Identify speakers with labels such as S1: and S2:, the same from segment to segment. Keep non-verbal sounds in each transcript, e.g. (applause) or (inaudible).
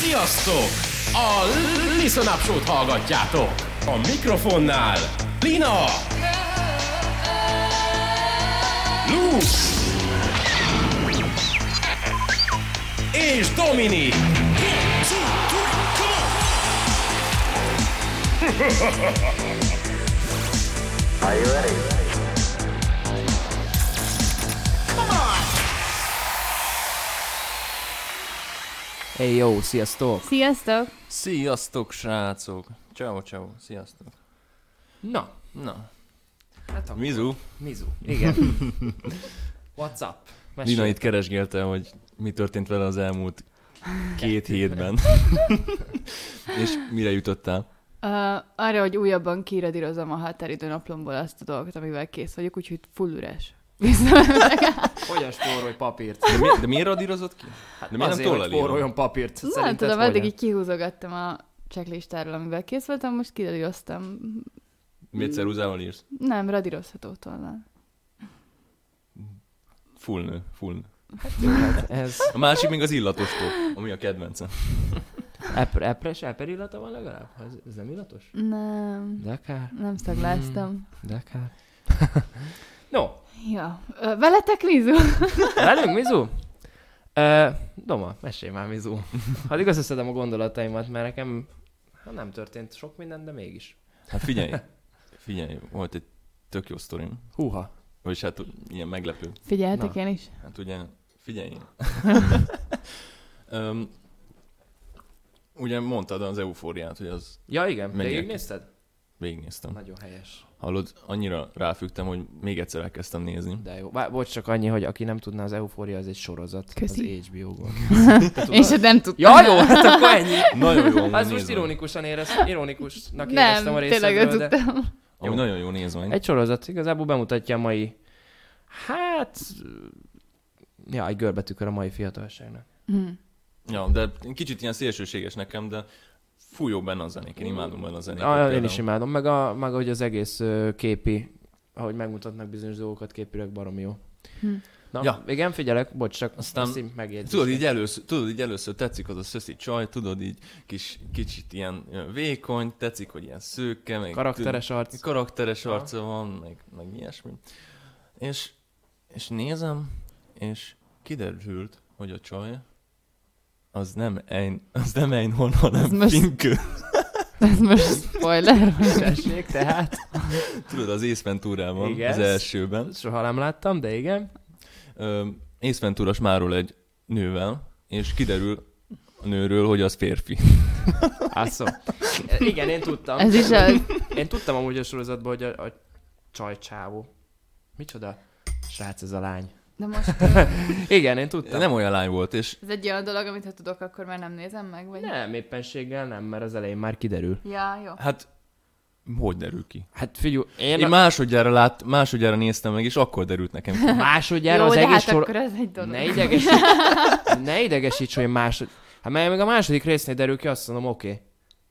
S1: Sziasztok! A Listen Up Show-t hallgatjátok! A mikrofonnál Lina! Lux! És Domini!
S2: Are you ready?
S3: Hey, jó, sziasztok!
S4: Sziasztok!
S5: Sziasztok, srácok! Ciao, ciao, sziasztok!
S3: Na,
S5: Na,
S3: hát a
S5: Mizu,
S3: Mizu.
S5: (laughs)
S3: Igen. What's up? Mesélj.
S5: Dina itt keresgélte, hogy mi történt vele az elmúlt két (laughs) hétben. És mire jutottál?
S4: Uh, arra, hogy újabban kiradírozom a határidő naplomból azt a dolgot, amivel kész vagyok, úgyhogy full üres. (laughs)
S3: Hogyan spórolj papírt?
S5: De, mi, de miért radírozott ki?
S3: Hát
S5: De miért nem
S3: azért, hogy
S5: tollal írom?
S3: spóroljon papírt.
S4: Nem
S3: Szerinted
S4: tudom,
S3: hogyan?
S4: eddig így kihúzogattam a checklistáról, amivel kész voltam, most kiradíroztam.
S5: Miért ceruzával írsz?
S4: Nem, radírozható tollal.
S5: Full nő, full nő.
S3: Hát Ez
S5: A másik még az illatostól, ami a kedvencem.
S3: ep- epres, eper illata van legalább? Ez, ez nem illatos?
S4: Nem,
S3: Dekár,
S4: nem szagláztam.
S3: Hmm. dekár. (laughs) no,
S4: Ja, Ö, veletek Mizu?
S3: velünk Mizu? Ö, Doma, mesélj már Mizu. Hát igaz összedem a gondolataimat, mert nekem hát nem történt sok minden, de mégis.
S5: Hát figyelj, figyelj, volt egy tök jó sztorim.
S3: Húha.
S5: Vagyis hát ilyen meglepő.
S4: Figyeltek
S3: Na.
S4: én is?
S5: Hát ugye,
S3: (laughs)
S5: figyelj. um, ugye mondtad az eufóriát, hogy az
S3: Ja igen,
S5: Menjek.
S3: végignézted?
S5: végignéztem.
S3: Nagyon helyes.
S5: Hallod, annyira ráfügtem, hogy még egyszer elkezdtem nézni.
S3: De jó. Bár, bocs, csak annyi, hogy aki nem tudná, az Eufória az egy sorozat.
S4: Köszi.
S3: Az HBO-ból.
S4: Én se nem tudtam.
S3: Ja, jó, hát akkor ennyi.
S5: Nagyon jól
S3: Az
S5: néz
S3: most
S5: van.
S3: ironikusan érez, ironikusnak éreztem
S4: nem,
S3: a
S4: tényleg nem
S3: részedről, de...
S4: tudtam.
S5: Amúgy nagyon jó nézvány.
S3: Egy sorozat igazából bemutatja a mai... Hát... Ja, egy görbetükör a mai fiatalságnak.
S4: Hm.
S5: Ja, de kicsit ilyen szélsőséges nekem, de fú jó benne a zenék. Én imádom benne a zenéket.
S3: Ah, én
S5: például.
S3: is imádom, meg, a, meg hogy az egész ö, képi, ahogy megmutatnak bizonyos dolgokat képileg baromi jó.
S4: Hm.
S3: Na,
S5: Ja.
S3: ja. igen, figyelek, bocs, csak
S5: Aztán-
S3: Aztán... ezt így megjegyzés.
S5: Tudod így, először, tudod, így először tetszik az a szöszi csaj, tudod, így kis, kicsit ilyen ö, vékony, tetszik, hogy ilyen szőke, meg
S3: Karakteres
S5: (laughs)
S3: arc.
S5: Tud, karakteres
S3: Aha.
S5: arca van, meg, meg ilyesmi. És, és nézem, és kiderült, hogy a csaj az nem Ein, az nem Einhorn, hanem
S4: most-
S5: Finkő.
S4: Ez most spoiler.
S3: Tessék, tehát.
S5: Tudod, az Ace Venturában,
S3: Igen.
S5: az elsőben.
S3: Soha nem láttam, de igen.
S5: Ö, Ace Ventura smárol egy nővel, és kiderül a nőről, hogy az férfi.
S3: Ászom. Igen, én tudtam.
S4: Ez is az. (laughs)
S3: Én tudtam amúgy a sorozatban, hogy a, a csaj csávó. Micsoda? Srác ez a lány.
S4: De most
S3: Igen, én tudtam.
S5: Nem olyan lány volt, és
S4: ez egy olyan dolog, amit ha tudok, akkor már nem nézem meg, vagy?
S3: nem éppenséggel nem, mert az elején már kiderül.
S4: Ja, jó.
S5: hát hogy derül ki?
S3: Hát figyú, én,
S5: Én,
S3: én
S5: másodjára, lát, másodjára néztem meg, és akkor derült nekem ki.
S3: másodjára az
S4: de
S3: egész
S4: hát
S3: sor...
S4: akkor ez egy dolog.
S3: Ne idegesíts, ne idegesíts, hogy másod... Hát mert még a második résznél derül ki, azt mondom, oké. Okay.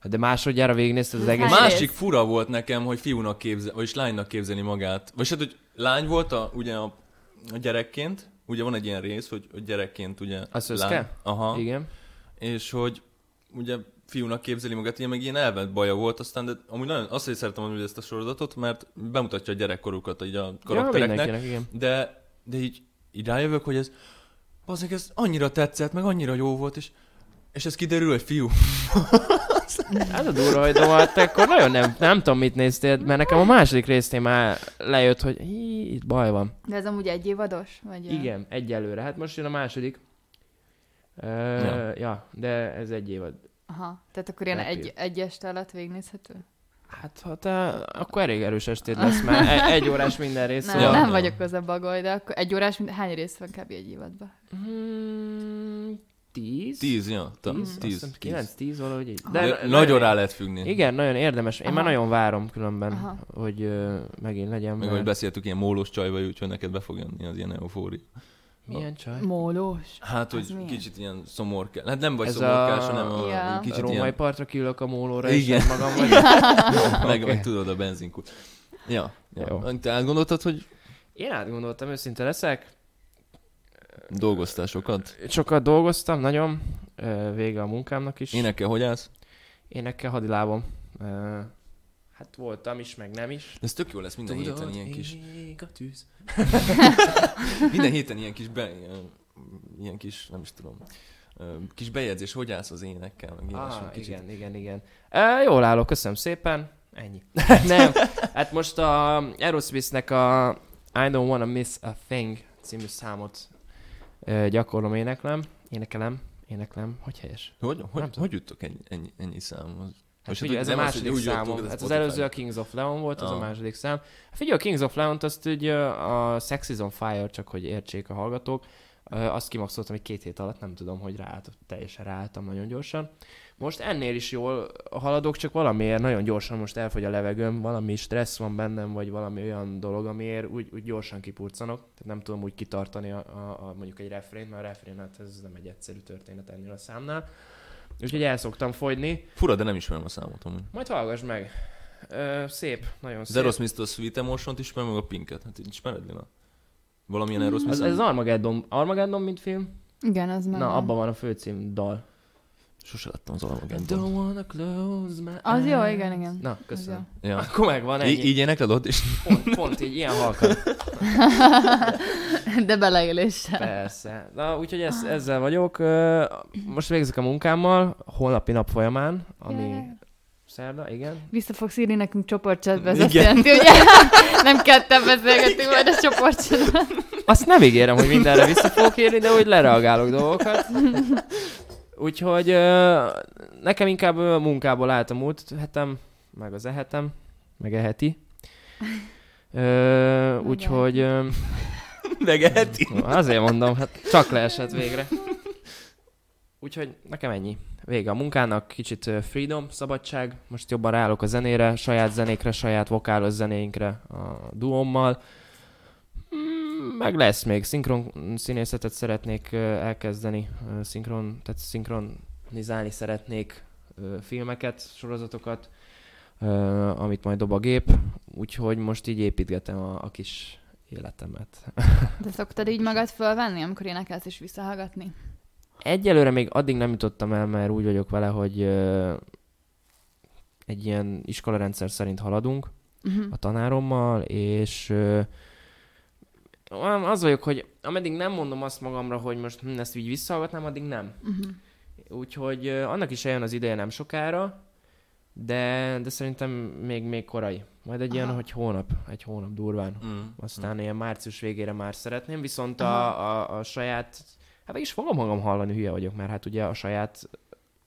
S3: De másodjára végignézted az
S4: Hát
S3: egész...
S4: Egyrészt.
S5: Másik fura volt nekem, hogy fiúnak képzel, vagyis lánynak képzelni magát. Vagy hát, hogy lány volt a, ugye a, a gyerekként, ugye van egy ilyen rész, hogy, hogy gyerekként ugye...
S3: A szöszke?
S5: lány. Aha. Igen.
S3: Igen.
S5: És hogy ugye fiúnak képzeli magát, ilyen meg ilyen elvett baja volt aztán, de amúgy nagyon azt is szeretem amúgy ezt a sorozatot, mert bemutatja a gyerekkorukat így a
S3: Ja,
S5: karaktereknek,
S3: mindenkinek, igen.
S5: de, de így, így rájövök, hogy ez, bazdmeg, ez annyira tetszett, meg annyira jó volt, és, és ez kiderül, hogy fiú.
S3: Hát a durva, hogy Doma, te akkor nagyon nem, nem tudom, mit néztél, mert nekem a második résznél már lejött, hogy "Hí, itt baj van.
S4: De ez amúgy egy évados? Vagy
S3: Igen, egyelőre. Hát most jön a második. Ö,
S5: Ja.
S3: ja. ja. de ez egy évad.
S4: Aha. Tehát akkor ilyen egy,
S3: Repül.
S4: egy este alatt végignézhető?
S3: Hát, ha te, akkor elég erős estét lesz, mert e- egy órás minden rész.
S4: Nem,
S5: Ja.
S4: nem,
S3: szóval-
S4: nem
S5: Ja.
S4: vagyok az a bagoly, de akkor egy órás, mint hány rész van kb. egy évadban?
S3: Hmm, tíz?
S5: Tíz, ja, ta,
S3: Tíz?
S5: tíz,
S3: Mhm. Azt hiszem,
S5: tíz.
S3: Kilenc, tíz valahogy így.
S5: De,
S3: na-
S5: nagyon
S3: nagyon-
S5: rá lehet függni.
S3: Igen, nagyon érdemes. Én már
S4: Aha.
S3: nagyon várom különben,
S4: Aha.
S3: hogy ö, megint legyen.
S5: Meg ahogy beszéltük, ilyen mólós csaj vagy, úgyhogy neked be fog jönni az ilyen eufória.
S3: Milyen csaj?
S4: Mólós.
S5: Hát,
S4: Ez
S5: hogy
S4: milyen?
S5: kicsit ilyen szomorkás. Hát nem vagy
S3: Ez
S5: szomorkás,
S3: a-
S5: hanem a,
S4: Ja.
S3: Kicsit
S5: kicsit
S3: Római
S5: ilyen...
S3: partra kiülök a mólóra,
S5: Igen.
S3: és nem magam vagy.
S5: (laughs) Meg,
S3: Oké.
S5: meg tudod a benzinkút. Ja, ja.
S3: Jó.
S5: Te átgondoltad, hogy
S3: Én átgondoltam, őszinte leszek.
S5: dolgoztál sokat?
S3: Sokat dolgoztam, nagyon. ö, vége a munkámnak is.
S5: Énekel, hogy állsz?
S3: Énekkel hadilábom. Ö, Hát voltam is, meg nem is.
S5: De ez tök jó lesz minden héten ilyen kis...
S3: ég a tűz.
S5: Minden héten ilyen kis be, ilyen- ilyen kis, nem is tudom, ö, kis bejegyzés, hogy állsz az énekkel, meg ilyesmi
S3: Ah,
S5: kicsit.
S3: igen, igen, igen. E, jól állok, köszönöm szépen. Ennyi. (laughs) nem, hát most a Aerosmithnek a I Don't Wanna Miss a Thing című számot ö, gyakorlom, éneklem. Énekelem, éneklem, hogy helyes?
S5: Hogy, hogy,
S3: tudom.
S5: hogy juttok ennyi, ennyi, ennyi számhoz?
S3: Hát
S5: Most
S3: figyelj,
S5: hát
S3: ez a
S5: nem az, hogy
S3: második
S5: úgy jöttünk,
S3: számom.
S5: ez
S3: Hát az
S5: Spotify.
S3: előző a Kings of Leon volt, az a
S5: Ah.
S3: második szám. Hát Figyelj, a Kings of Leon-t azt úgy ö, a Sex is on Fire, csak hogy értsék a hallgatók, ö, azt kimaxoltam egy két hét alatt, nem tudom, hogy ráállt, teljesen ráálltam nagyon gyorsan. Most ennél is jól haladok, csak valamiért nagyon gyorsan most elfogy a levegőm, valami stressz van bennem, vagy valami olyan dolog, amiért úgy, úgy gyorsan kipurcanok, tehát nem tudom úgy kitartani a, a, a mondjuk egy refrént, mert a refrén hát ez nem egy egyszerű történet ennél a számnál. Úgyhogy el szoktam fogyni,
S5: Fura, de nem ismerem a számot amúgy.
S3: majd hallgass meg. Ö, szép, nagyon
S5: Az
S3: szép.
S5: Aerosmith-től Sweet Emotion-t ismerem, meg a Pinket. Hát így ismered, Lina? Valamilyen Aerosmith
S3: ez,
S5: szám?
S3: Mm, ez Armageddon, Armageddon mint film?
S4: Igen, az már.
S3: Na, abban van a főcím dal.
S5: Sose láttam az Armageddon.
S3: Don't wanna close my
S4: Az jó,
S3: eyes.
S4: igen, igen.
S3: Na, köszönöm.
S5: Ja.
S3: Akkor megvan Ah, ennyi.
S5: Í- így énekled ott
S3: (laughs)
S5: is?
S3: Pont, pont így, ilyen halkan.
S4: (laughs) De beleéléssel.
S3: Persze. Na, úgyhogy ez, ezzel vagyok. Ö, Most végzek a munkámmal, holnapi nap folyamán, ami
S4: Yeah.
S3: szerda, igen.
S4: Vissza fogsz írni nekünk csoportcsetbe, ez azt
S5: Igen.
S4: jelenti, hogy (laughs) nem ketten beszélgetünk majd a csoportcsetben.
S3: Azt nem ígérem, hogy mindenre vissza fogok írni, de úgy lereagálok dolgokat. Úgyhogy ö, nekem inkább ö, munkából állt a múlt hetem, meg az ehetem, meg eheti. Ö, úgyhogy ö,
S5: Megeheti?
S3: azért mondom, hát csak leesett végre. Úgyhogy nekem ennyi. Vége a munkának, kicsit ö, freedom, szabadság. Most jobban ráállok a zenére, saját zenékre, saját vokálos zenéinkre a duommal. Mm, Meg lesz még, szinkron színészetet szeretnék ö, elkezdeni, ö, szinkron, tehát szinkronizálni szeretnék ö, filmeket, sorozatokat, ö, amit majd dob a gép, úgyhogy most így építgetem a, a kis életemet.
S4: De szoktad így magad fölvenni, amikor énekelsz és visszahallgatni?
S3: Egyelőre még addig nem jutottam el, mert úgy vagyok vele, hogy ö, egy ilyen iskolarendszer szerint haladunk
S4: Uh-huh.
S3: a tanárommal, és ö, olyan az vagyok, hogy ameddig nem mondom azt magamra, hogy most hm, ezt így visszahallgatnám, addig nem.
S4: Uh-huh.
S3: Úgyhogy ö, annak is eljön az ideje nem sokára, de, de szerintem még, még korai. Majd egy ilyen,
S4: Aha.
S3: hogy hónap, egy hónap durván.
S5: Mm.
S3: Aztán ilyen március végére már szeretném, viszont a, a, a saját, hát meg is fogom magam hallani, hülye vagyok, mert hát ugye a saját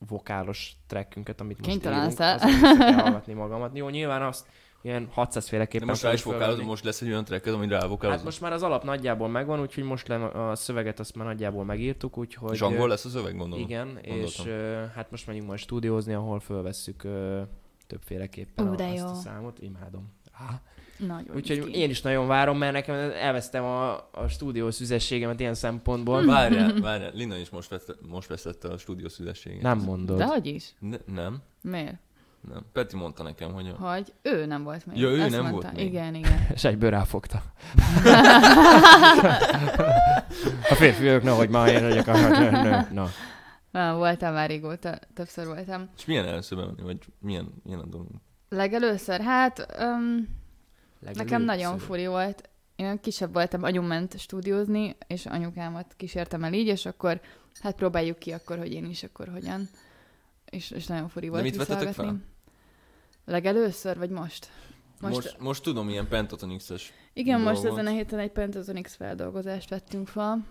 S3: vokálos trackünket, amit most
S4: Kénytelen
S3: írunk,
S4: leszel.
S3: azon vissza kell hallgatni magamat. Jó, nyilván azt ilyen 600 féleképpen
S5: De most rá
S3: fogod
S5: is vokálozom,
S3: fölvenni.
S5: most lesz egy olyan tracked, amit rá
S3: Hát
S5: vokálozom.
S3: most már az alap nagyjából megvan, úgyhogy most le a szöveget azt már nagyjából megírtuk, úgyhogy...
S5: És angol lesz a szöveg, gondolom.
S3: Igen, és ö, hát most megyünk majd stúdiózni, ahol fölvesszük ö, többféleképpen
S4: Ú,
S3: a,
S4: de
S3: azt a
S4: jó.
S3: számot. Imádom. Ah.
S4: Nagyon
S3: Úgyhogy
S4: izgi.
S3: én is nagyon várom, mert nekem elvesztem a, a stúdió szüzességemet ilyen szempontból.
S4: Hm.
S5: Várjál, várjál. Lina is most, vett, most veszette a stúdió szüzességét.
S3: Nem mondod.
S4: De hogy is?
S5: Ne, nem,
S4: Miért?
S5: nem. Peti mondta nekem, hogy a...
S4: Hogy ő nem volt még.
S5: Ja, ő
S4: Ezt
S5: nem
S4: mondta.
S5: volt még.
S4: Igen, igen.
S3: És egyből ráfogta. (laughs) a férfiak, na, hogy már én vagyok a nő. (laughs) nő. Na.
S4: Nem, voltam már régóta, többször voltam.
S5: És milyen először bemenni, vagy milyen, milyen a dolog?
S4: Legelőször, hát um, nekem nagyon furi volt. Én olyan kisebb voltam, anyu ment stúdiózni, és anyukámat kísértem el így, és akkor hát próbáljuk ki akkor, hogy én is akkor hogyan. És, és nagyon furi volt
S5: mit vettetek
S4: visszahallgatni. Legelőször, vagy most?
S5: Most, most, most tudom, ilyen pentatonix-es.
S4: Igen, most
S5: dolgot.
S4: ezen a héten egy Pentatonix feldolgozást vettünk fel,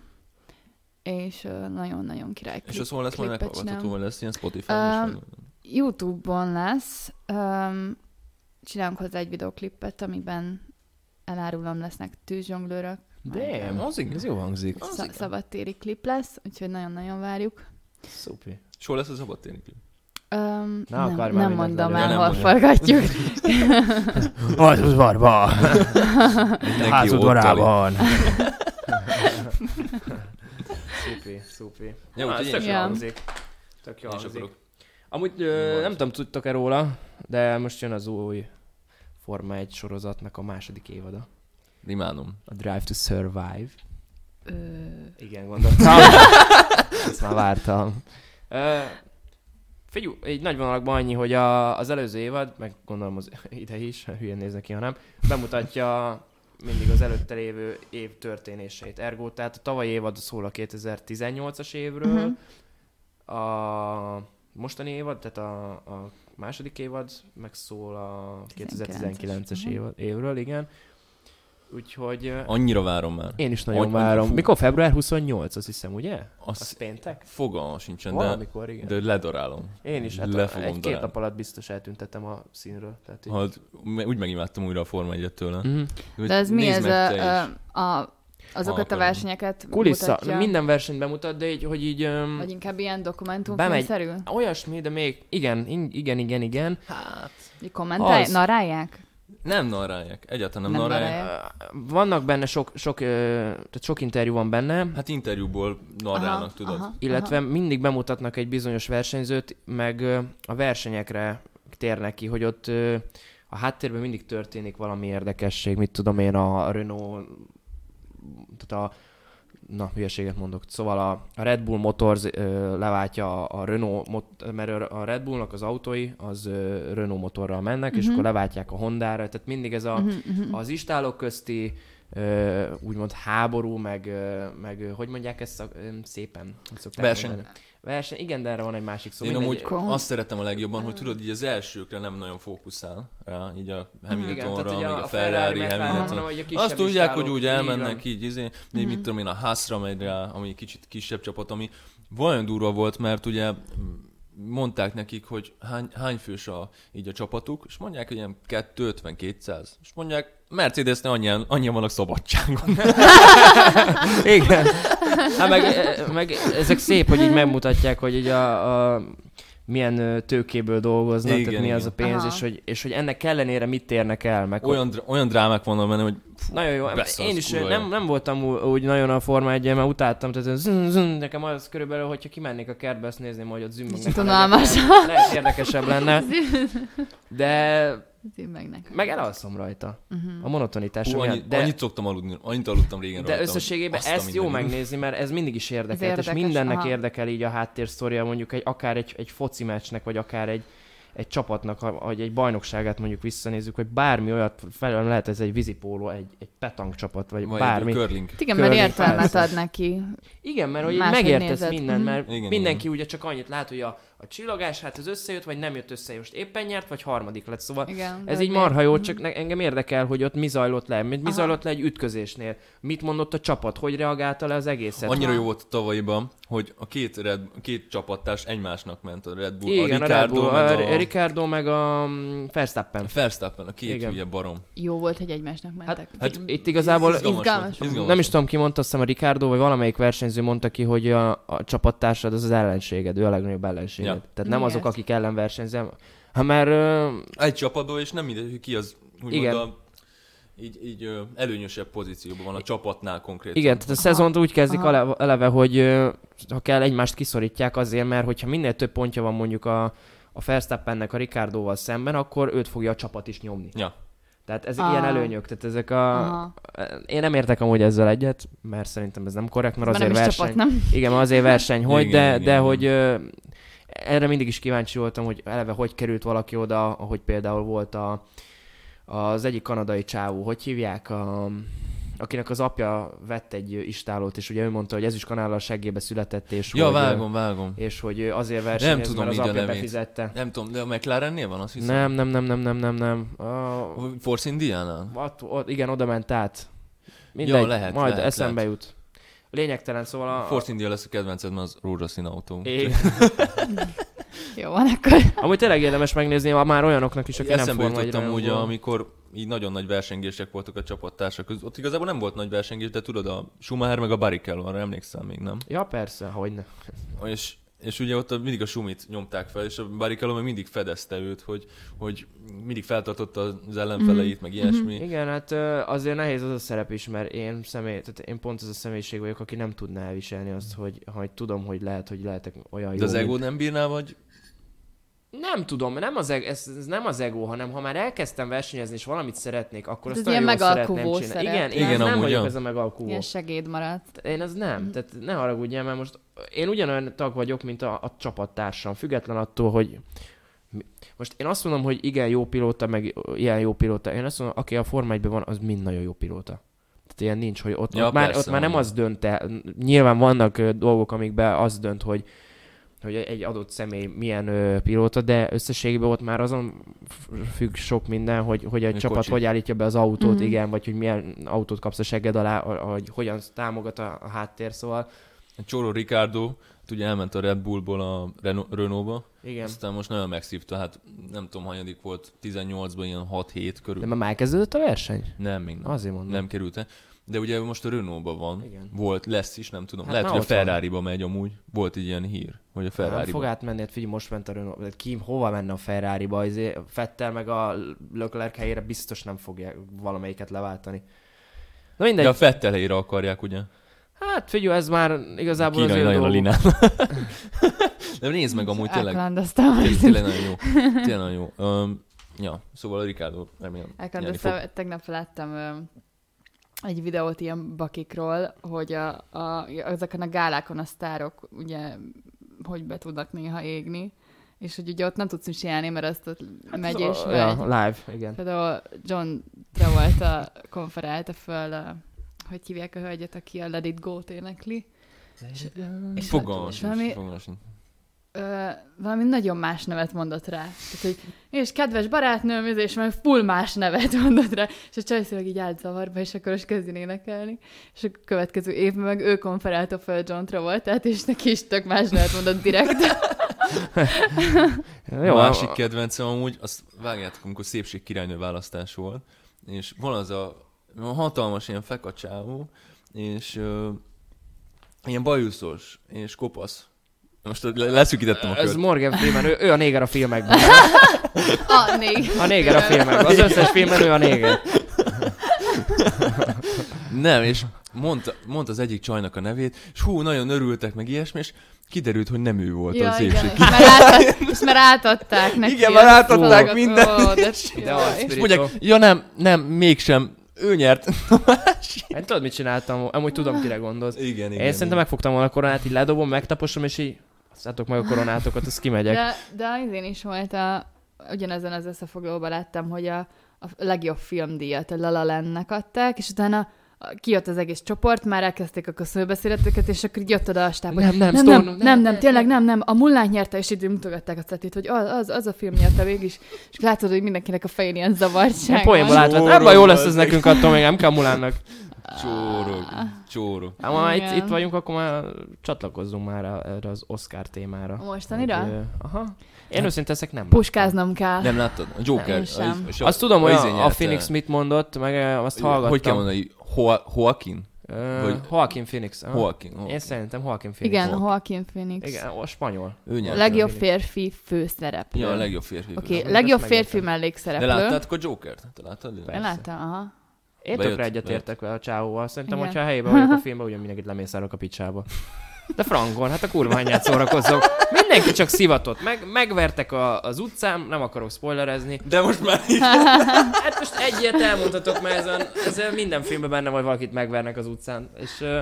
S4: és ö, nagyon-nagyon király
S5: És
S4: klip-
S5: az hol lesz majd
S4: klipet
S5: meghallgatható,
S4: csinálunk.
S5: vagy lesz ilyen Spotify-on is?
S4: Öm,
S5: vagy-
S4: Youtube-on lesz, um, csinálunk hozzá egy videoklipet, amiben elárulom lesznek tűzsonglőrök,
S3: Damn, az igen, ez jó hangzik.
S5: Az
S4: szab-
S5: igen.
S4: szabadtéri klip lesz, úgyhogy nagyon-nagyon várjuk.
S3: Szupi.
S5: És hol lesz a szabadtéri klip?
S4: Um,
S3: Na,
S4: nem,
S3: akar már
S4: nem
S3: mindent
S4: mondom
S5: lenni. Ja,
S4: el,
S5: nem
S4: hol
S5: mondja. (laughs)
S4: forgatjuk.
S3: Az varba,
S5: Mindenki ott
S3: Szupi, szupi.
S5: Ja,
S3: Na,
S5: úgyhogy én is
S3: ez tök jó
S4: Ja.
S3: hangzik. Tök jó
S5: elmegyek. És
S3: hangzik.
S5: akkor
S3: Amúgy ö,
S5: Volt.
S3: nem tudom, tudtok-e róla, de most jön az új Forma 1 sorozatnak a második évada.
S5: Imádom.
S3: A Drive to Survive.
S4: Ö, (laughs)
S3: Igen, gondoltam. Ezt már vártam. Ö, Figyú, így nagy vonalakban annyi, hogy a, az előző évad, meg gondolom az (laughs) ide is, hülyen néznek ki, ha nem, bemutatja mindig az előtte lévő év történéseit. Ergo, tehát a tavalyi évad szól a 2018-as évről,
S4: Mhm.
S3: a mostani évad, tehát a, a második évad megszól a 2019-es
S4: Mhm.
S3: évad, évről, igen. Úgyhogy ö,
S5: Annyira várom már.
S3: én is nagyon
S5: Hogy-
S3: várom.
S5: fú.
S3: Mikor? Február 28, azt hiszem, ugye? Az
S5: Azt
S3: péntek?
S5: fogalmam sincsen, de,
S3: Valamikor, igen.
S5: de ledarálom.
S3: Én is, hát
S5: Le
S3: a-
S5: fogom
S3: egy-két
S5: darálni.
S3: nap alatt biztos eltüntettem a színről. Tehát így...
S5: Hát, me- úgy megimádtam újra a Forma 1 tőle.
S3: Mhm.
S4: De ez mi
S5: Nézd
S4: ez
S5: meg
S4: a,
S5: te is.
S4: a, a, azokat a
S5: akarom.
S4: versenyeket
S3: Kulissza,
S4: mutatja?
S3: minden versenyt bemutat, de így, hogy így... Öm,
S4: Vagy inkább ilyen
S3: Bemegy.
S4: dokumentumfilmszerű?
S3: Olyasmi, de még igen, in- igen, igen, igen.
S4: Így kommentálj,
S3: Az.
S4: narálják?
S5: Nem narálják, egyáltalán nem,
S4: Nem
S5: nem narálják.
S4: narálják.
S3: Vannak benne sok, sok, ö, tehát sok interjú van benne,
S5: Hát interjúból narrálnak, tudod.
S3: illetve aha. mindig bemutatnak egy bizonyos versenyzőt, meg ö, a versenyekre térnek ki, hogy ott ö, a háttérben mindig történik valami érdekesség, mit tudom én, a Renault, tehát a, na, hülyeséget mondok, szóval a, a Red Bull Motors ö, leváltja a, a Renault, mot, mert a a Red Bullnak az autói az ö, Renault motorral mennek, és
S4: Mhm.
S3: akkor leváltják a Hondára, tehát mindig ez a, az istálok közti ö, úgymond háború, meg, ö, meg ö, hogy mondják ezt szak, ö, szépen? Hogy szokták
S5: Verseny.
S3: mondani? Verseny, igen, de erre van egy másik szó.
S5: Szóval Én
S3: Szóval mindegy.
S5: amúgy
S4: Kon-
S5: azt szeretem a legjobban, hogy tudod, így az elsőkre nem nagyon fókuszál rá, így a Hamiltonra,
S3: ugye
S5: még a Ferrari,
S3: McLaren, hanem,
S5: Hamilton.
S3: hogy a kisebb
S5: Azt tudják, hogy
S3: istálok,
S5: úgy
S3: így
S5: elmennek
S3: van.
S5: így, izé, így mit tudom én, a Haasra megy rá, ami egy kicsit kisebb csapat, ami olyan durva volt, mert ugye mondták nekik, hogy hány, hány fős a, így a csapatuk, és mondják, hogy ilyen 250-200, és mondják, Mercedesnél annyian, annyian vannak szabadságon. (laughs)
S3: Igen. Hát meg, meg, ezek szép, hogy így megmutatják, hogy így a, a milyen ö, tőkéből dolgoznak, igen,
S5: Igen,
S3: tehát mi
S5: igen.
S3: az a pénz,
S4: Aha.
S3: és hogy, és hogy ennek ellenére mit érnek el, meg hogy-
S5: Olyan, dr- olyan drámák vannak benne, hogy fú,
S3: Nagyon jó.
S5: Persze,
S3: én
S5: az
S3: is
S5: kurva
S3: nem,
S5: jó.
S3: nem voltam ú- úgy nagyon a Forma 1 mert utáltam, tehát zün, zün, nekem az körülbelül, hogyha kimennék a kertbe, azt nézném, hogy ott zümmögnek.
S4: Unalmas.
S3: Lehet érdekesebb
S4: (laughs)
S3: lenne. De
S4: Zim meg nekem.
S3: meg elalszom rajta.
S5: Mhm.
S3: A monotonitás
S5: Hú,
S3: miatt.
S5: annyi,
S3: de,
S5: de... annyit szoktam aludni, annyit aludtam régen
S3: de összességében
S5: Azt a
S3: ezt jó
S5: mindenit.
S3: megnézni, mert ez mindig is érdekel,
S4: Ez
S3: és
S4: érdekes,
S3: mindennek
S4: aha.
S3: érdekel így a háttérsztoria, mondjuk egy, akár egy, egy foci meccsnek, vagy akár egy, egy csapatnak, ha- vagy egy bajnokságát mondjuk visszanézzük, hogy bármi olyat, fel lehet ez egy vízipóló, egy, egy petang csapat, vagy,
S5: Vagy
S3: bármi.
S5: egy curling.
S4: Igen, mert
S3: Környék
S4: értelmet
S3: persze.
S4: ad neki.
S3: Igen, mert hogy így
S4: Máshogy
S3: megértesz
S4: nézed.
S3: mindent,
S4: Mhm.
S3: mert igen,
S5: Igen,
S3: mindenki ugye csak annyit lát, hogy a, a csillagás, hát ez összejött, vagy nem jött össze, most éppen nyert, vagy harmadik lett, szóval
S4: Igen.
S3: ez
S4: de
S3: így
S4: ugye-
S3: marha jó,
S4: Mhm.
S3: csak ne, engem érdekel, hogy ott mi zajlott le, mi, mi
S4: Aha.
S3: zajlott le egy ütközésnél, mit mondott a csapat, hogy reagálta le az egészet.
S5: Annyira
S4: Aha.
S5: jó volt tavalyiban, hogy a két, Red, két csapattárs egymásnak ment a Red Bull,
S3: igen,
S5: a
S3: a, Red
S5: Ricardo,
S3: Bull, a,
S5: meg a,
S3: Ricardo meg a mm, Verstappen.
S5: a Verstappen, a két
S3: Igen.
S5: hülye barom.
S4: Jó volt, hogy egymásnak mentek.
S5: Hát
S3: Itt igazából
S5: izgalmas volt,
S4: izgalmas volt.
S5: izgalmas
S3: nem is
S5: volt.
S3: tudom, ki mondta, azt hiszem a Ricardo, vagy valamelyik versenyző mondta ki, hogy a, a csapattársad az az ellenséged, ő a legnagyobb ellenséged.
S5: Ja.
S3: Tehát nem azok,
S4: Miért?
S3: akik ellen versenyzel. Hát mert ö,
S5: Egy csapatból, és nem mindegy, hogy ki az, úgymond
S3: Igen.
S5: igen. a így, így ö, előnyösebb pozícióban van a csapatnál konkrétan.
S3: Igen, tehát a szezont úgy kezdik
S4: Aha.
S3: ele- eleve, hogy ö, ha kell, egymást kiszorítják azért, mert hogyha minél több pontja van mondjuk a, a Verstappennek a Ricardoval szemben, akkor őt fogja a csapat is nyomni.
S5: Ja.
S3: Tehát ezek ilyen
S4: Ah.
S3: előnyök, tehát ezek a...
S4: Aha.
S3: Én nem értek amúgy ezzel egyet, mert szerintem ez nem korrekt, mert
S4: Már nem
S3: azért
S4: is
S3: verseny... (laughs)
S4: csapat, nem?
S3: Igen, mert azért verseny, hogy,
S5: Igen,
S3: de,
S5: igen,
S3: de
S5: igen.
S3: hogy ö, erre mindig is kíváncsi voltam, hogy eleve hogy került valaki oda, ahogy például volt a, az egyik kanadai csávó, hogy hívják, a, akinek az apja vett egy istálót, és ugye ő mondta, hogy ez is kanállal seggébe született, és
S5: Ja,
S3: hogy, ö,
S5: vágom, vágom.
S3: és hogy ő azért versenyez,
S5: tudom
S3: mert az
S5: így a
S3: apja
S5: nevét.
S3: befizette.
S5: Nem tudom, de a McLarennél van, azt hiszem.
S3: Nem, nem, nem, nem, nem, nem, nem. A,
S5: Force Indiánál?
S3: ott, ott, igen, oda ment át. Mindegy,
S5: Ja, lehet,
S3: majd
S5: lehet,
S3: eszembe jut. Lényegtelen, szóval a...
S5: Force India lesz a kedvenced, mert az rózsaszín autó.
S3: É,
S4: Jó van akkor.
S3: amúgy tényleg érdemes megnézni a már olyanoknak is,
S5: Csak
S3: aki nem
S5: eszembe
S3: forma
S5: jutott
S3: egyre
S5: amúgy, amikor így nagyon nagy versengések voltak a csapattársak között. Ott igazából nem volt nagy versengés, de tudod, a Schumacher meg a Barrichello, arra emlékszel még, nem?
S3: Ja, persze, hogy ne.
S5: És, és ugye ott a- mindig a Schumit nyomták fel, és a Barrichello meg mindig fedezte őt, hogy, hogy mindig feltartotta az ellenfeleit,
S3: Mhm.
S5: meg ilyesmi.
S3: Igen, hát ö, azért nehéz az a szerep is, mert én, személy, tehát én pont az a személyiség vagyok, aki nem tudná elviselni azt, hogy, hogy tudom, hogy lehet, hogy lehetek olyan jó,
S5: De az
S3: mint-
S5: ego nem bírná, vagy?
S3: Nem tudom, nem az eg- ez, ez nem az ego, hanem ha már elkezdtem versenyezni, és valamit szeretnék, akkor
S4: Hát Ez
S3: azt
S4: ilyen
S3: nagyon jól
S4: megalkuvó
S3: szeretném csinálni.
S4: szeret,
S3: Igen, igen,
S4: nem?
S5: Igen,
S3: igen nem
S5: amúgy,
S3: vagyok
S5: ja.
S3: ez a megalkuvó.
S4: Ilyen segéd maradt.
S3: Hát, Én az nem, tehát ne haragudjál, mert most én ugyanolyan tag vagyok, mint a, a csapattársam, független attól, hogy mi- most én azt mondom, hogy igen, jó pilóta, meg ilyen jó pilóta. Én azt mondom, aki a Forma 1 van, az mind nagyon jó pilóta. Tehát ilyen nincs, hogy ott,
S5: Ja,
S3: ja, ott, már,
S5: persze,
S3: ott már nem
S5: amúgy.
S3: az dönt el. Nyilván vannak ö, dolgok, amikben az dönt, hogy hogy egy adott személy milyen ö, pilóta, de összességében ott már azon f- függ sok minden, hogy, hogy egy
S5: Egy
S3: csapat
S5: kocsi.
S3: hogy állítja be az autót,
S4: Mhm.
S3: mm-hmm. igen, vagy hogy milyen autót kapsz a segged alá, a- hogy hogyan támogat a, a háttér, szóval
S5: Csoro Ricardo, hát ugye elment a Red Bullból a Reno- Renaultba,
S3: igen.
S5: aztán most nagyon megszívta, hát nem tudom hanyadik volt, 18-ban ilyen 6-7 körül.
S3: De már már kezdődött a verseny?
S5: Nem, még nem.
S3: Azért mondom.
S5: Nem került el. De ugye most a Renaultban van.
S3: Igen.
S5: Volt, lesz is, nem tudom.
S3: Hát
S5: Lehet,
S3: már
S5: hogy a
S3: ott van.
S5: Ferrari-ba megy amúgy. Volt egy ilyen hír, hogy a
S3: Nem fog
S5: Ferrari-ba.
S3: átmenni, hát figyelj, most ment a Renault, tehát ki hova menne a Ferrari-ba, azért Fettel meg a Leclerc helyére biztos nem fogja valamelyiket leváltani. Na mindegy,
S5: De a
S3: ja.
S5: Fettel helyére akarják, ugye?
S3: hát figyelj, ez már igazából az
S5: Kínai
S3: ő
S5: nagyon a
S3: dolguk.
S5: linán.
S3: (laughs)
S5: De nézd meg amúgy, tényleg,
S4: Elkalandoztam.
S5: tényleg, tényleg nagyon jó. Tényleg nagyon jó. Um, ja, szóval a Ricardo remélem nyerni fog.
S4: Elkalandoztam. Tegnap láttam ö, egy videót ilyen bakikról, hogy a, a, ezeken a gálákon a sztárok ugye hogy be tudnak néha égni, és hogy ugye ott nem tudsz mit csinálni, mert azt ott megy és megy.
S3: Hát ja, live, igen.
S4: Például John Travolta konferálta föl, a, hogy hívják a hölgyet, aki a Let It Go-t énekli. És,
S5: Mm.
S4: és
S5: Fogalmas
S4: hát valami,
S5: sincs, fogalmas sincs.
S4: ö, valami nagyon más nevet mondott rá. Tehát, hogy, és kedves barátnőm, ez és meg full más nevet (laughs) mondott rá. És a csajszülök így állt zavarba, és akkor is kezdjen énekelni. És a következő évben meg ő konferálta föl John Travoltát, és neki is tök más nevet mondott direkt.
S5: (laughs)
S3: Jó,
S5: Jó, másik
S3: a-
S5: kedvencem amúgy, azt vágjátok, amikor szépség királynő választás volt, és van az a hatalmas ilyen fekacsávó, és ö, ilyen bajuszos, és kopasz. Most le- leszűkítettem a
S3: Ez
S5: köt.
S3: Morgan Freeman, ő, ő a néger a filmekben.
S4: A, négy.
S3: A néger a
S5: (laughs)
S3: filmekben. Az összes filmben ő a néger.
S5: Nem, és mondta, mondta az egyik csajnak a nevét, és hú, nagyon örültek, meg ilyesmi, és kiderült, hogy nem ő volt
S4: Ja,
S5: a
S4: igen,
S5: szépség
S4: és már, átad, és már átadták neki.
S5: Igen, már
S4: a
S5: átadták
S4: dolgot.
S5: mindent,
S4: Ó, de,
S3: De az
S4: jaj.
S5: És
S3: Spirito.
S5: mondják, ja nem, nem, mégsem, ő nyert.
S3: Hát tudod, mit csináltam? Amúgy tudom, kire gondolsz.
S5: igen, igen.
S3: Én szerintem megfogtam volna a koronát, így ledobom, megtaposom, és így Szálltok meg a koronátokat, azt kimegyek.
S4: de, de az én is volt a, ugyanezen az összefoglalóban láttam, hogy a, a legjobb filmdíjat a La La Landnek adták, és utána a- kijött az egész csoport, már elkezdték a köszönőbeszédeteket, és akkor így jött oda a stáb, hogy
S3: Nem, nem,
S4: nem,
S3: Stone,
S4: nem, nem, nem, nem, tényleg nem, nem, a Mullán nyerte, és így mutogatták a szetét, hogy az, az, az a film nyerte végig is, és látod, hogy mindenkinek a fején ilyen
S3: Én
S4: zavartság
S3: poénból
S4: van.
S3: átvettem. Ebben jó lesz ez nekünk, attól még nem kell Mulánnak. Hát,
S5: Csórog, csórog.
S3: Ha már
S4: Igen.
S3: itt, itt vagyunk, akkor már csatlakozzunk már a- erre az Oscar témára.
S4: A mostanira?
S3: Hogy, ö, aha.
S4: Hát,
S3: Én őszintén ezek nem.
S4: Puskáznom kell.
S5: Nem láttad? A Joker.
S4: Nem, sem.
S5: és
S3: Azt tudom, hogy
S5: izé
S3: a, a
S5: nyerte.
S3: Phoenix mit mondott, meg ö, azt
S5: Hogy-
S3: hallgattam.
S5: Hogy kell mondani? Hoa- Joaquin?
S3: Ö,
S5: Vagy-
S3: Joaquin Phoenix. aha.
S5: Joaquin. Joaquin.
S3: Én szerintem Joaquin Phoenix.
S4: Igen,
S5: volt.
S4: Joaquin Phoenix.
S3: Igen, a spanyol.
S5: Ő
S4: A
S5: nyerte.
S4: legjobb
S3: Phoenix.
S4: férfi főszereplő.
S5: Ja, a legjobb férfi.
S4: Oké,
S5: Okay.
S4: okay, legjobb
S3: ezt
S4: férfi
S3: megértem.
S5: De
S4: mellékszereplő.
S5: láttátok a Jokert? Te láttad? Lina?
S3: Persze.
S4: Én láttam, aha.
S3: Én
S5: Bejött,
S3: tökre egyetértek vele a csávóval. Szerintem,
S4: Igen.
S3: hogyha a helyében
S4: (laughs)
S3: vagyok a filmben, ugyan mindenkit lemészárok a picsába. De frankon, hát a kurva anyját szórakozzok. Mindenki csak szivatott. Meg, megvertek a, az utcám, nem akarok spoilerezni.
S5: De most már így.
S3: Hát most egyet elmondhatok, mert ezen, ezen minden filmben benne van, hogy valakit megvernek az utcán. És ö,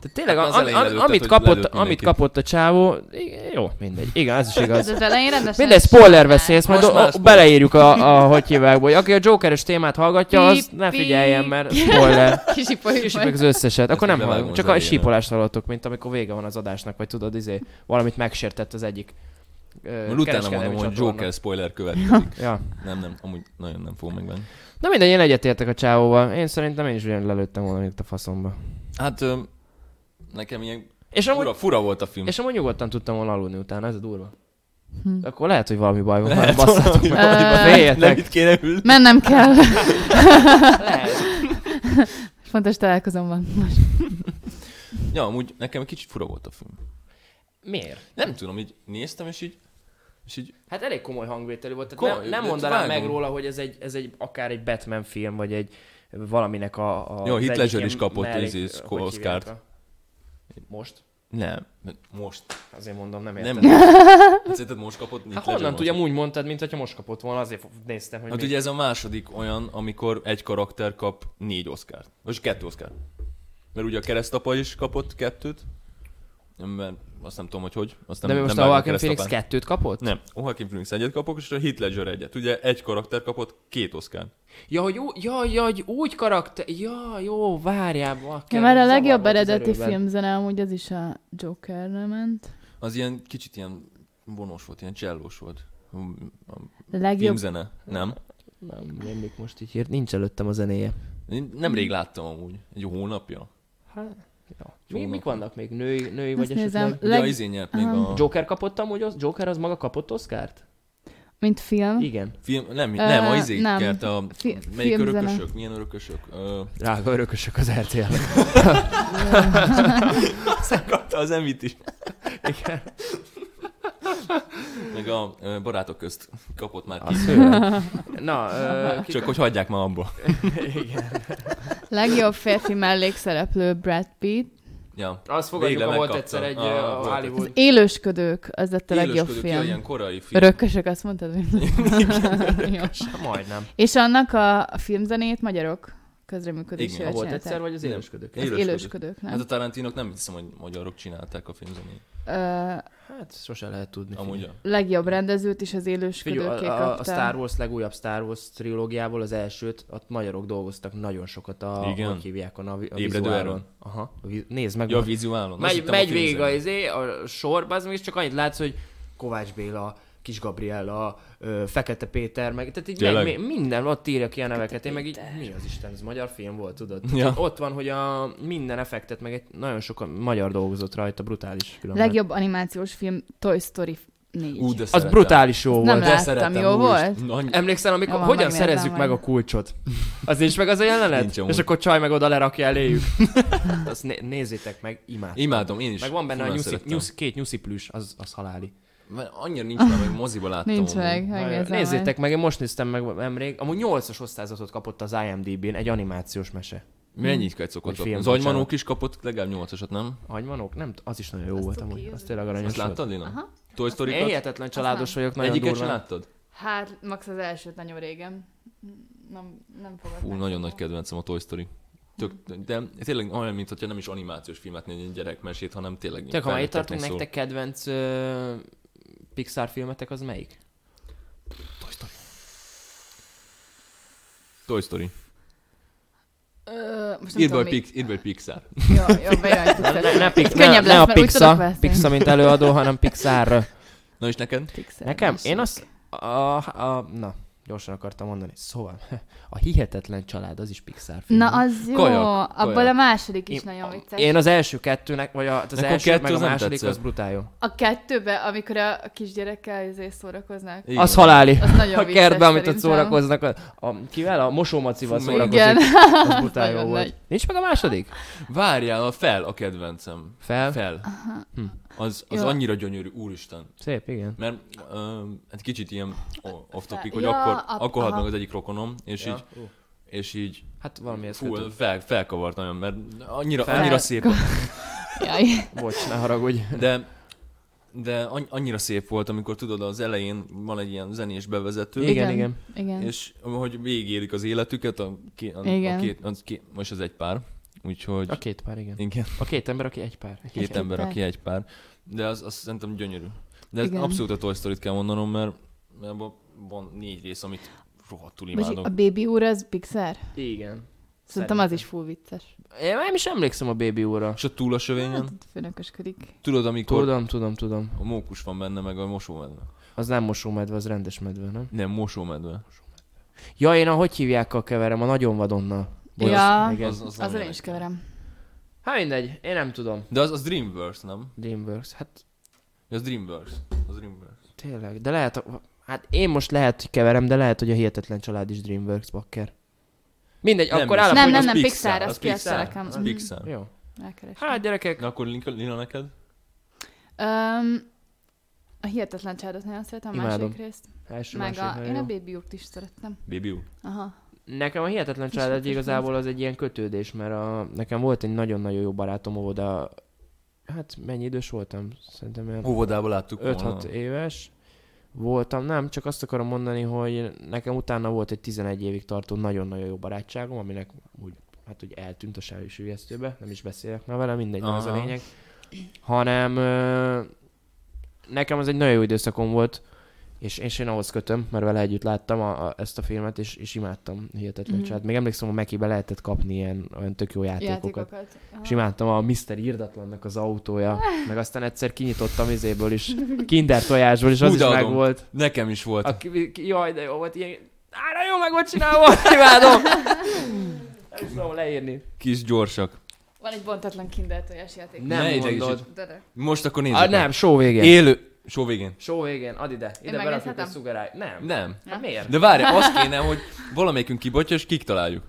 S3: tehát tényleg,
S5: Hát
S3: hát
S5: az
S3: am,
S5: elején
S3: am,
S5: lelőtted,
S3: amit,
S5: hogy
S3: kapott,
S5: lelőtt
S3: amit
S5: mindenkit.
S3: kapott a csávó, igen, jó, mindegy. Igen, ez is igaz.
S4: (laughs) Ez az elején rendesen...
S3: Mindegy, spoiler veszélyes, majd
S5: Most
S3: o-
S5: már
S3: o-
S5: spoiler.
S3: beleírjuk a, a hogy hívják, hogy aki a Jokeres témát hallgatja, az
S4: Pip,
S3: ne
S4: pip.
S3: figyeljen,
S4: (laughs)
S3: mert spoiler.
S4: Kisipoljuk
S3: És
S4: meg.
S3: meg az összeset. Akkor nem
S5: még bevágom
S3: hallunk, csak
S5: az
S3: a
S5: elején.
S3: sípolást hallottuk, mint amikor vége van az adásnak, vagy tudod, izé, valamit megsértett az egyik ö,
S5: Majd utána
S3: kereskedelmi
S5: mondom, hogy
S3: csatorna.
S5: Joker spoiler következik.
S3: Ja.
S5: Nem, nem, amúgy nagyon nem fogom megvenni.
S3: Na mindegy, én egyetértek a csávóval. Én szerintem én is ugyan lelőttem volna itt a faszomba.
S5: Hát öm, nekem ilyen
S3: És amúgy,
S5: fura, fura volt a film.
S3: és amúgy nyugodtan tudtam volna aludni utána, ez a durva.
S4: Hm.
S3: Akkor lehet, hogy valami baj van.
S5: Lehet
S3: Lehet, basszátok meg,
S4: valami baj.
S5: Nem
S3: féljetek.
S5: itt kéne ülni.
S4: Mennem (laughs) kell.
S3: Lehet.
S4: Fontos találkozom van most.
S5: Ja, amúgy nekem egy kicsit fura volt a film.
S3: Miért?
S5: Nem tudom, így néztem, és így, és így
S3: Hát elég komoly hangvételű volt, tehát
S5: Komoly,
S3: nem, nem
S5: de
S3: mondanám
S5: vágom.
S3: meg róla, hogy ez egy, ez egy akár egy Batman film, vagy egy valaminek a... a
S5: Jó,
S3: az
S5: Heath
S3: egyik
S5: Ledger
S3: ilyen
S5: is kapott
S3: mellék-
S5: izé,
S3: hogy hívják
S5: Oscart.
S3: a- Most?
S5: Nem, most.
S3: Azért mondom, nem értem.
S5: Nem.
S3: Nem.
S5: Hát Szerinted most kapott? Nincs
S3: Hát
S5: Legend
S3: honnan
S5: most.
S3: tudjam, úgy mondtad, mint hogyha most kapott volna, azért néztem, hogy
S5: Hát
S3: mi.
S5: ugye ez a második olyan, amikor egy karakter kap négy oszkárt. Vagy kettő oszkárt. Mert ugye a keresztapa is kapott kettőt. Mert azt nem tudom, hogy hogy. Azt nem,
S3: De mi most
S5: nem
S3: a
S5: vágom
S3: Joaquin Phoenix
S5: keresztapán.
S3: kettőt kapott?
S5: Nem, a Joaquin Phoenix egyet kapok, és a Heath Ledger egyet. Ugye egy karakter kapott két oszkárt.
S3: Ja, hogy ú- ja, ja, hogy úgy karakter... Ja, jó, várjál, bakker.
S4: Ja, mert a
S3: zavar
S4: legjobb
S3: volt az
S4: eredeti
S3: erőben.
S4: filmzene amúgy az is a Jokerre ment.
S5: Az ilyen kicsit ilyen vonos volt, ilyen csellós volt. A
S4: A legjobb
S5: filmzene, nem?
S3: Nem, rémlik most így hírt. Nincs előttem a zenéje.
S5: Én nemrég láttam amúgy, egy hónapja.
S3: Hát, ja.
S5: Jó
S3: Mi, mik
S5: napot.
S3: vannak még? Női, női
S4: Azt
S3: vagy
S4: nézem.
S3: esetleg?
S5: Leg... Ja,
S4: Leg-
S5: izén nyert még
S4: Aha.
S5: a...
S3: Joker kapott amúgy, az- Joker az maga kapott Oscárt?
S4: mint film.
S5: Hm.
S3: Igen.
S5: Film, nem, nem, a
S4: Ö,
S5: izé
S4: nem.
S5: kert a...
S4: Fi-
S5: melyik
S4: filmzene.
S5: örökösök? Milyen örökösök? Ö,
S3: Drága örökösök az rtl
S5: Aztán kapta az emit is.
S3: Igen.
S5: Meg a ö, barátok közt kapott már ki.
S3: Az főleg. Na,
S5: (laughs)
S3: ö, ki-
S5: Csak hogy hagyják már abba.
S3: igen.
S4: Legjobb férfi mellékszereplő Brad Pitt.
S5: Ja.
S3: Azt fogadjuk,
S5: Végre
S3: ha volt
S5: megkapta.
S3: egyszer egy
S5: Ah,
S3: ö,
S5: volt
S3: a
S4: Az
S3: Hollywood...
S4: élősködők, az lett a legjobb
S5: Élősködő, ki a
S4: film.
S5: Ilyen korai film.
S4: Rökkösök, azt mondtad, hogy (laughs) Jó.
S3: Hát Majdnem.
S4: És annak a a filmzenét magyarok közreműködésével
S5: Igen,
S3: Ha
S5: volt
S3: volt
S4: csinálták.
S3: egyszer, vagy az
S5: Nem.
S3: élősködők?
S4: Az élősködők, nem?
S5: Hát a Tarantinok nem hiszem, hogy magyarok csinálták a filmzenét.
S4: Ö,
S3: Hát sose lehet tudni.
S5: Amúgy.
S3: figyelj.
S4: legjobb rendezőt is az
S3: Figyelj,
S4: élősködőké
S3: a, a, a Star
S4: kapta.
S3: Wars, legújabb Star Wars trilógiából, az elsőt, ott magyarok dolgoztak nagyon sokat a,
S5: Igen.
S3: hogy hívják a, navi, a
S5: Ébredő
S3: vizuálon.
S5: Áron.
S3: Aha, a vi- nézd meg.
S5: Ja, a vizuálon. Azt
S3: megy
S5: hittem a
S3: megy végig a,
S5: filmzenét.
S3: izé, a sorba, az még csak annyit látsz, hogy Kovács Béla, Kis Gabriella, ö, Fekete Péter, meg, tehát így meg,
S5: Tényleg?
S3: mi- minden, ott írja ki a neveket, én meg így, mi az Isten, ez magyar film volt, tudod?
S5: Ja.
S3: Ja. Ott van, hogy a minden effektet, meg egy, nagyon sok a magyar dolgozott rajta, brutális különben.
S4: Legjobb animációs film Toy Story 4.
S5: Ú, de
S3: Az
S5: szeretem.
S3: brutális jó
S4: Nem
S3: volt.
S5: De
S4: láttam,
S5: szeretem,
S4: jó
S5: úristen.
S4: volt?
S5: Nagy-
S3: Emlékszel, amikor
S4: Jó van,
S3: hogyan
S4: megnézem
S3: szerezzük
S4: majd.
S3: meg a kulcsot? Az nincs meg az a jelenet?
S5: Nincs amúgy.
S3: és akkor csaj meg oda
S5: (laughs)
S3: lerakja eléjük. Azt né- nézzétek meg, imád.
S5: Imádom, én is.
S3: Meg van benne a
S5: Furán
S3: nyuszi,
S5: szerettem.
S3: nyuszi, két nyusziplűs, az, az haláli.
S5: Mert annyira nincs már, meg moziba láttam.
S4: Nincs
S5: amúgy.
S4: meg,
S3: Na,
S4: megnézem
S3: Nézzétek meg, én most néztem meg nemrég. Amúgy 8-as osztályzatot kapott az IMDb-n egy animációs mese.
S5: Mennyit kell szokott
S3: Vagy
S5: kapni?
S3: film,
S5: Az
S3: bocsánat.
S5: agymanók is kapott legalább nyolcasat, nem?
S3: Agymanok? Nem, t- az is nagyon jó volt amúgy. Az tényleg aranyos
S5: Azt
S3: volt.
S5: láttad, Lina? Toy
S3: Én
S5: Story-kat?
S3: hihetetlen családos vagyok, nagyon
S5: Egyiket sem
S3: durván.
S5: láttad?
S4: Hát, max az elsőt nagyon régen. Nem, nem fogod
S5: Fú, nagyon nagy kedvencem a Toy Story. Tök, de tényleg olyan, mint hogyha nem is animációs filmet nézni egy gyerekmesét, hanem tényleg
S3: Tehát, ha már itt
S5: felnőtteknek
S3: tartunk,
S5: szól.
S3: nektek kedvenc ö, Pixar filmetek az melyik?
S5: Toy Story.
S4: Ö, most nem
S5: Írd be,
S4: tudom,
S5: hogy
S4: mi...
S5: Pix- írd be, hogy Pixar.
S4: Jó, jó, bejelentjük.
S3: Ne, ne, Pix, ne,
S4: Könnyebb
S3: ne
S4: lesz,
S3: a
S4: mert úgy tudok
S3: Pixa,
S4: veszni.
S3: Pixa, mint előadó, hanem
S4: (laughs)
S3: Pixar.
S5: Na és neked?
S4: Pixar.
S3: Nekem? Én azt... A, a, na, gyorsan akartam mondani. Szóval, (laughs) a Hihetetlen Család, az is Pixar film.
S4: Na, az jó.
S5: Kajak,
S4: Abból
S5: kajak.
S4: a második is
S3: Én-
S4: nagyon vicces.
S3: Én az első kettőnek, vagy a- az
S5: Nekem
S3: első,
S5: kettő
S3: meg a
S5: az nem
S3: második,
S5: tetszett.
S3: az brutál jó.
S4: A kettőbe, amikor a kisgyerekkel izé szórakoznak.
S5: Igen.
S3: Az haláli.
S4: Az nagyon
S3: A
S4: vicces
S3: kertben, amit ott
S4: szerintem.
S3: szórakoznak. A, a, kivel? A mosómacival
S5: Fú,
S3: szórakozik.
S4: igen.
S3: Az brutál
S4: (laughs)
S3: jó
S4: Nagyon
S3: volt.
S4: nagy.
S3: Nincs meg a második?
S5: Várjál, a fel a kedvencem.
S3: Fel.
S5: Fel. Hm. Az, az
S4: Jó.
S5: annyira gyönyörű, úristen.
S3: Szép, igen.
S5: Mert ö, egy kicsit ilyen o- off topic, hogy
S4: Ja,
S5: akkor,
S4: a-
S5: akkor halt
S4: aha.
S5: meg az egyik rokonom, és így,
S3: Ú,
S5: és így
S3: Hát valami ez
S5: fú,
S3: kötött.
S5: fel, felkavart nagyon, mert annyira,
S3: Fel.
S5: annyira szép
S4: Hát,
S3: (laughs)
S4: Jaj.
S3: Bocs, ne haragudj.
S5: De, de anny- annyira szép volt, amikor tudod, az elején van egy ilyen zenés bevezető,
S3: Igen, igen.
S4: igen.
S5: és hogy végigélik az életüket, a, ké, a, a
S4: Igen.
S5: két, az ké, most az egy pár, úgyhogy
S3: A két pár, igen.
S5: igen,
S3: A két ember, aki egy pár.
S5: két
S4: Egy
S5: ember,
S4: pár.
S5: aki egy pár, de az, az szerintem gyönyörű. De
S4: Igen.
S5: igen. abszolút a Toy Story-t kell mondanom, mert, mert abban van négy rész, amit rohadtul
S4: Bocsi,
S5: imádok.
S4: a Baby úr az Pixar?
S3: Igen.
S4: Szerintem az is full vicces.
S3: Én nem is emlékszem a Baby úrra.
S5: És a túl a sövényen,
S4: Főnökösködik.
S5: tudod, amikor
S3: Tudom, tudom, tudom.
S5: a mókus van benne, meg a mosómedve.
S3: Az nem mosómedve, az rendes medve, nem?
S5: Nem, mosómedve.
S3: Ja, én a hogy hívják a keverem, a nagyon vadonnal. Vagy
S4: Ja.
S3: az- igen.
S4: Azzal
S5: nagyon
S4: én is
S5: nekem.
S4: keverem.
S3: Hát mindegy, én nem tudom.
S5: De az, az Dreamverse, nem?
S3: Dreamworks, hát
S5: Az Dreamverse. Az Dreamverse.
S3: tényleg, de lehet, a- hát én most lehet, hogy keverem, de lehet, hogy a hihetetlen család is Dreamworks, bakker. Mindegy,
S5: Nem
S3: akkor
S5: hiszem.
S3: állapodj.
S4: Nem,
S5: hogy
S4: nem,
S5: az
S4: nem,
S5: Pixar,
S4: Pixar,
S5: az
S4: az Pixar
S5: Pixar,
S4: nekem.
S5: Az
S4: Mhm.
S5: Pixar.
S3: Jó.
S4: Elkerestem.
S3: Hát gyerekek,
S5: Na akkor Lina, Lina neked?
S4: Öm, a hihetetlen csádot nagyon szeretem, a
S3: Imádom.
S4: második részt.
S3: első
S4: Meg
S3: másik,
S4: a,
S3: nagyon
S4: én a
S3: jó.
S4: Baby úrt is szerettem.
S5: Baby U.
S4: Aha.
S3: Nekem a hihetetlen
S4: Kis
S3: család
S4: volt
S3: egy
S4: is
S3: igazából az egy ilyen kötődés, mert a, nekem volt egy nagyon-nagyon jó barátom óvoda hát mennyi idős voltam? Szerintem olyan
S5: Óvodában láttuk
S3: 5-6 éves voltam, nem, csak azt akarom mondani, hogy nekem utána volt egy 11 évig tartó nagyon-nagyon jó barátságom, aminek úgy, hát úgy eltűnt a sávűs ügyesztőbe, nem is beszélek már vele, mindegy, nem ez a
S5: Aha.
S3: lényeg. Hanem ö, nekem az egy nagyon jó időszakom volt, és, és én ahhoz kötöm, mert vele együtt láttam a, a, ezt a filmet, és, és imádtam hihetetlen
S4: Mhm.
S3: mm. Még emlékszem, hogy Mekibe lehetett kapni ilyen olyan tök jó játékokat.
S4: Játékokat. Aha.
S3: És imádtam a Mr. Irdatlannak az autója, meg aztán egyszer kinyitottam izéből is, kinder tojásból, és az
S5: Hú, de
S3: is meg
S5: adom.
S3: volt.
S5: Nekem is volt.
S3: A, ki- ki- jaj, de jó volt ilyen... Á, de jó meg volt csinálva, imádom! Nem is tudom leírni.
S5: Kis gyorsak.
S4: Van egy bontatlan kinder tojás játék.
S3: Nem
S5: Ne idegesíts.
S3: mondod.
S4: De
S5: Most akkor nézzük
S3: Á,
S5: meg.
S3: Ah, nem, show végén.
S5: Élő. Só végén.
S3: Show végén, add ide. Ide berakjuk
S4: megnézhetem?
S3: a szugerálj. Nem.
S5: Nem.
S3: Hát miért?
S5: De várj, azt kéne, hogy valamelyikünk kibotja, és kik találjuk.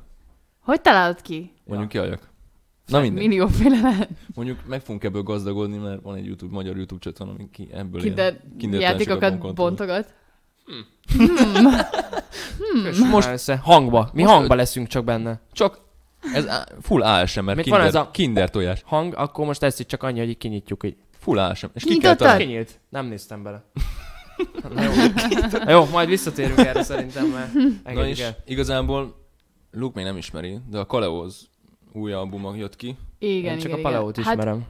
S4: Hogy találod ki?
S5: Mondjuk kialjak. Na
S4: Hát
S5: minden.
S4: Millióféle lehet.
S5: Mondjuk meg fogunk ebből gazdagodni, mert van egy YouTube, magyar YouTube csatorna, ami ki ebből
S4: Kinder,
S5: él.
S4: kinder
S5: társakat
S4: játékokat
S5: bonkolt.
S4: bontogat.
S3: Most össze. Hangba. Mi
S5: Most-
S3: hangba leszünk csak benne.
S5: Csak ez á- full ASMR,
S3: Mit
S5: kinder,
S3: van ez a-
S5: kinder tojás.
S3: Hang, akkor most ezt itt csak annyi, hogy így kinyitjuk így.
S5: Full ASMR. És ki kell
S4: Nyitottad?
S5: találni.
S3: Kinyílt. Nem néztem bele. Na jó. Na jó, majd visszatérünk erre szerintem, mert
S5: Na
S3: engedjük
S5: és
S3: el.
S5: igazából Luke még nem ismeri, de a Kaleoz új albuma jött ki.
S4: Igen,
S3: Én csak
S4: igen,
S3: a Paleót
S4: igen. Hát,
S3: ismerem.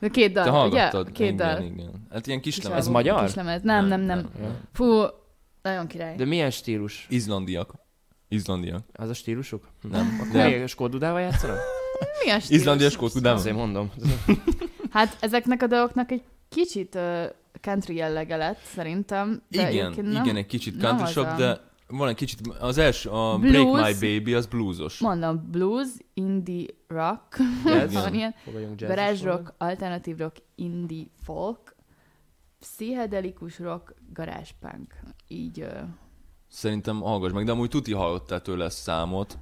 S4: de két
S5: Te
S4: dal, ugye?
S5: hallgattad?
S4: Két dal.
S5: igen, igen. Hát ilyen kis
S4: Kis
S5: lemez.
S3: Ez
S4: album,
S3: magyar?
S4: kis lemez. Nem, nem, nem.
S3: Ja.
S4: Fú, nagyon király.
S3: De milyen stílus?
S5: Izlandiak. Izlandiak.
S3: Az a stílusuk?
S4: (laughs)
S5: Nem.
S3: Akkor
S5: De
S3: még skódudával játszanak?
S4: Milyen stílus?
S5: Izlandi és Skót, nem.
S3: Azért mondom.
S4: Hát ezeknek a daloknak egy kicsit ö, country jellege lett, szerintem. De
S5: Igen,
S4: egyébként nem.
S5: igen, egy kicsit
S4: nem
S5: country
S4: az a-
S5: de van egy kicsit, az első, a
S4: Blues.
S5: Break My Baby, az bluesos.
S4: Mondom, blues, indie rock,
S3: Jazz.
S4: (laughs) van ilyen,
S3: Fogadjunk szóval. jazz
S4: garage rock, alternatív rock, indie folk, pszichedelikus rock, garage punk. Így ö,
S5: Szerintem hallgass meg, de amúgy tuti hallottál tőle ezt számot.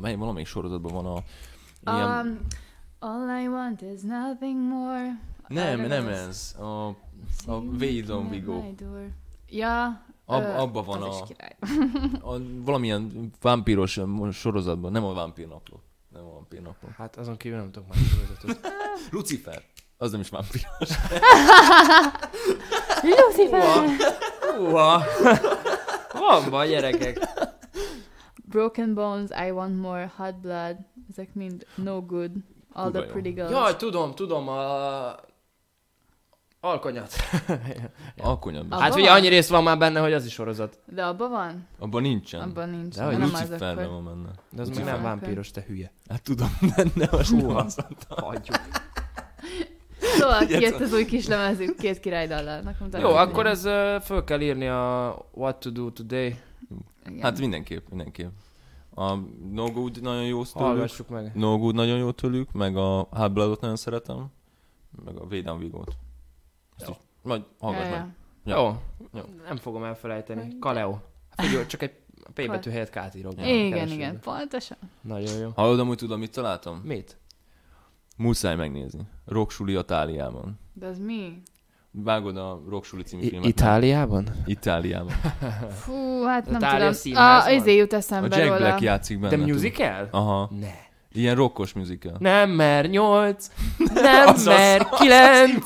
S5: Mely, valamelyik sorozatban van a... Ilyen...
S4: Um, all I want is nothing more.
S5: nem,
S4: Arra
S5: nem
S4: az-
S5: ez. A,
S4: See
S5: a
S4: you
S5: Way
S4: knocking
S5: Don't We
S4: at
S5: Go.
S4: my door. Ja.
S5: Ab-
S4: ö,
S5: abba van
S4: az
S5: a-
S4: Is király.
S5: a, valamilyen vámpíros sorozatban, nem a vámpírnapló. Nem a vámpírnapló.
S3: Hát azon kívül nem tudok más sorozatot.
S5: Lucifer. Az nem is vámpír.
S4: Lucifer!
S3: Húha! Van van gyerekek.
S4: Broken Bones, I Want More, Hot Blood, ezek mind no good. All
S5: Kurva
S4: the
S5: jó.
S4: pretty girls.
S3: Jaj, tudom, tudom, a... Alkonyat.
S5: Alkonyabban.
S4: Abba
S3: Hát ugye
S4: van?
S3: annyi rész van már benne, hogy az is sorozat.
S4: De abban van?
S5: Abban nincsen.
S4: Abban nincs.
S3: Dehogy
S4: De nem az
S5: Luciferben
S4: akkor.
S5: van benne.
S3: De az még
S4: Ugye
S3: nem
S4: van,
S3: vámpíros, te hülye.
S5: Hát tudom, (laughs) de ne most nem
S3: Húha.
S5: az.
S3: Hagyjuk.
S4: Szóval
S5: Ugye,
S4: kijött az új kis lemezük két király dallal. Nekem
S3: Jó,
S4: tetszik.
S3: akkor ez ö, föl kell írni a What to do today.
S4: Igen.
S5: Hát mindenképp, mindenképp. A No Good nagyon jó tőlük.
S3: Hallgassuk meg.
S5: No Good nagyon jó tőlük, meg a Hot Bloodot nagyon szeretem, meg a Védán Vigót. Ezt is- Majd hallgass
S4: Ja,
S5: meg.
S4: ja.
S5: Ja.
S3: Jó.
S5: Jó.
S3: Nem fogom elfelejteni. Kaleo. Hát Figyelj, csak egy P betű helyett K-t írok. be a
S4: Igen,
S3: keresőbe.
S4: igen, pontosan.
S3: Nagyon jó.
S5: Hallod, amúgy tudom, mit találtam?
S3: Mit?
S5: Muszáj megnézni. Rocksuli Itáliában.
S4: De az mi?
S5: Vágod a Rocksuli című filmet.
S3: Itáliában?
S5: Itáliában.
S4: Fú, hát nem
S3: Tália
S4: tudom.
S3: színház
S4: A,
S3: van?
S4: izé jut
S5: A
S4: eszembe
S5: Jack
S4: róla.
S5: Black játszik benne.
S3: De
S5: tudod.
S3: musical?
S5: Aha.
S3: Ne.
S5: Ilyen rockos musical.
S3: Nem mer nyolc, nem mer kilenc.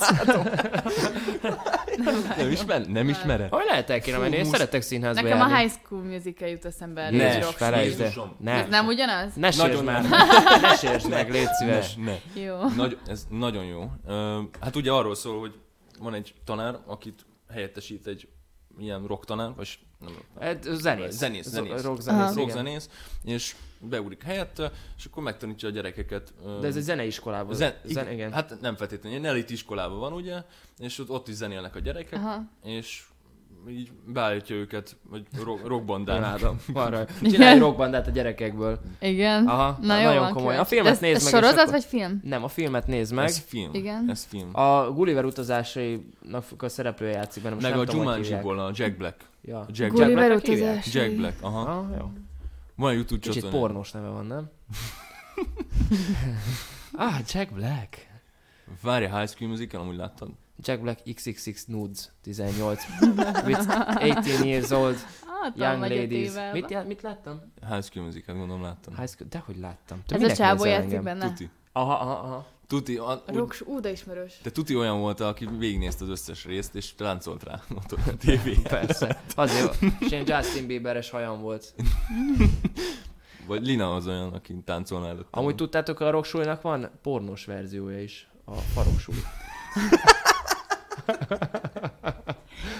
S5: Nem, ismer, nem ismered?
S3: Hogy lehet elkérem, én
S5: musz-
S3: szeretek színházba
S4: Nekem
S3: járni.
S4: a High School Musical jut eszembe. erről.
S5: Ne,
S4: Ez
S3: Jézus,
S4: rock
S3: felejtsd el.
S5: Jézusom.
S3: Ne.
S4: Ez nem ugyanaz?
S3: Ne sértsd
S5: Nagyon
S3: már. Ne sértsd meg, légy szíves.
S5: Ne, ne.
S3: (laughs)
S4: Jó.
S5: Nagy, ez nagyon jó. Ö, hát ugye arról szól, hogy van egy tanár, akit helyettesít egy ilyen rock tanár, vagy nem
S3: Hát, Zenész.
S5: Zenész,
S3: Z-
S5: zenész.
S3: Rock
S4: Aha.
S3: zenész,
S5: rock
S3: Ah, igen.
S5: zenész, és beugrik helyette, és akkor megtanítja a gyerekeket. ö,
S3: De ez egy zeneiskolában.
S5: zen-
S3: Zen- igen.
S5: Hát nem feltétlenül, ilyen elit iskolában van ugye, és ott, ott is zenélnek a gyerekek,
S4: Aha.
S5: és így beállítja őket, vagy rock, rockbandának.
S3: Imádom. Van rajta. Csinálj
S4: Igen.
S3: rockbandát a gyerekekből.
S4: Igen.
S3: Aha,
S4: Na,
S3: na,
S4: jó,
S3: nagyon
S4: van,
S3: komoly.
S4: kíváncsi.
S3: A filmet
S4: ez,
S3: nézd
S4: ez
S3: meg, és
S4: sorozat
S3: akkor-
S4: vagy film?
S3: Nem, a filmet nézd meg.
S5: Ez film.
S4: Igen.
S5: Ez film.
S3: A Gulliver utazásainak a szereplője játszik benne. Most
S5: Meg
S3: nem
S5: a
S3: tudom, hogy hívják.
S5: Jumanji-ból a Jack Black.
S3: Ja.
S5: Jack Black.
S4: Gulliver
S3: Black-nek hívják?
S4: utazás.
S5: Jack
S4: (laughs)
S5: Black, aha.
S3: Ah, jó.
S5: Van a YouTube
S3: Kicsit
S5: csatornán.
S3: pornós neve van, nem? ah, Jack Black.
S5: Várj, High School Musical, amúgy láttad?
S3: Jack Black XXX Nudes 18 with 18 years
S4: (laughs)
S3: old
S4: Hát,
S3: young
S4: vagy
S3: ladies.
S4: tévében.
S3: Mit, já- mit láttam? Hát,
S5: High School Musical, gondolom láttam.
S3: High school, dehogy láttam. Te
S4: Ez a
S3: minek
S4: csávó
S3: nézel
S4: játszik
S3: engem?
S4: benne.
S5: Tuti.
S3: Aha, aha, aha.
S5: Tuti, a, úgy,
S4: Roks, ú, de
S3: (laughs)
S4: ismerős.
S5: de Tuti olyan volt, aki végignézte az összes részt, és ráncolt rá ott a tévé.
S3: Persze. Azért, és én Justin Bieberes hajam volt.
S5: Vagy Lina az olyan, aki táncolna előtt.
S3: Amúgy tudtátok, a roksúlynak van pornós verziója is. A faroksúly.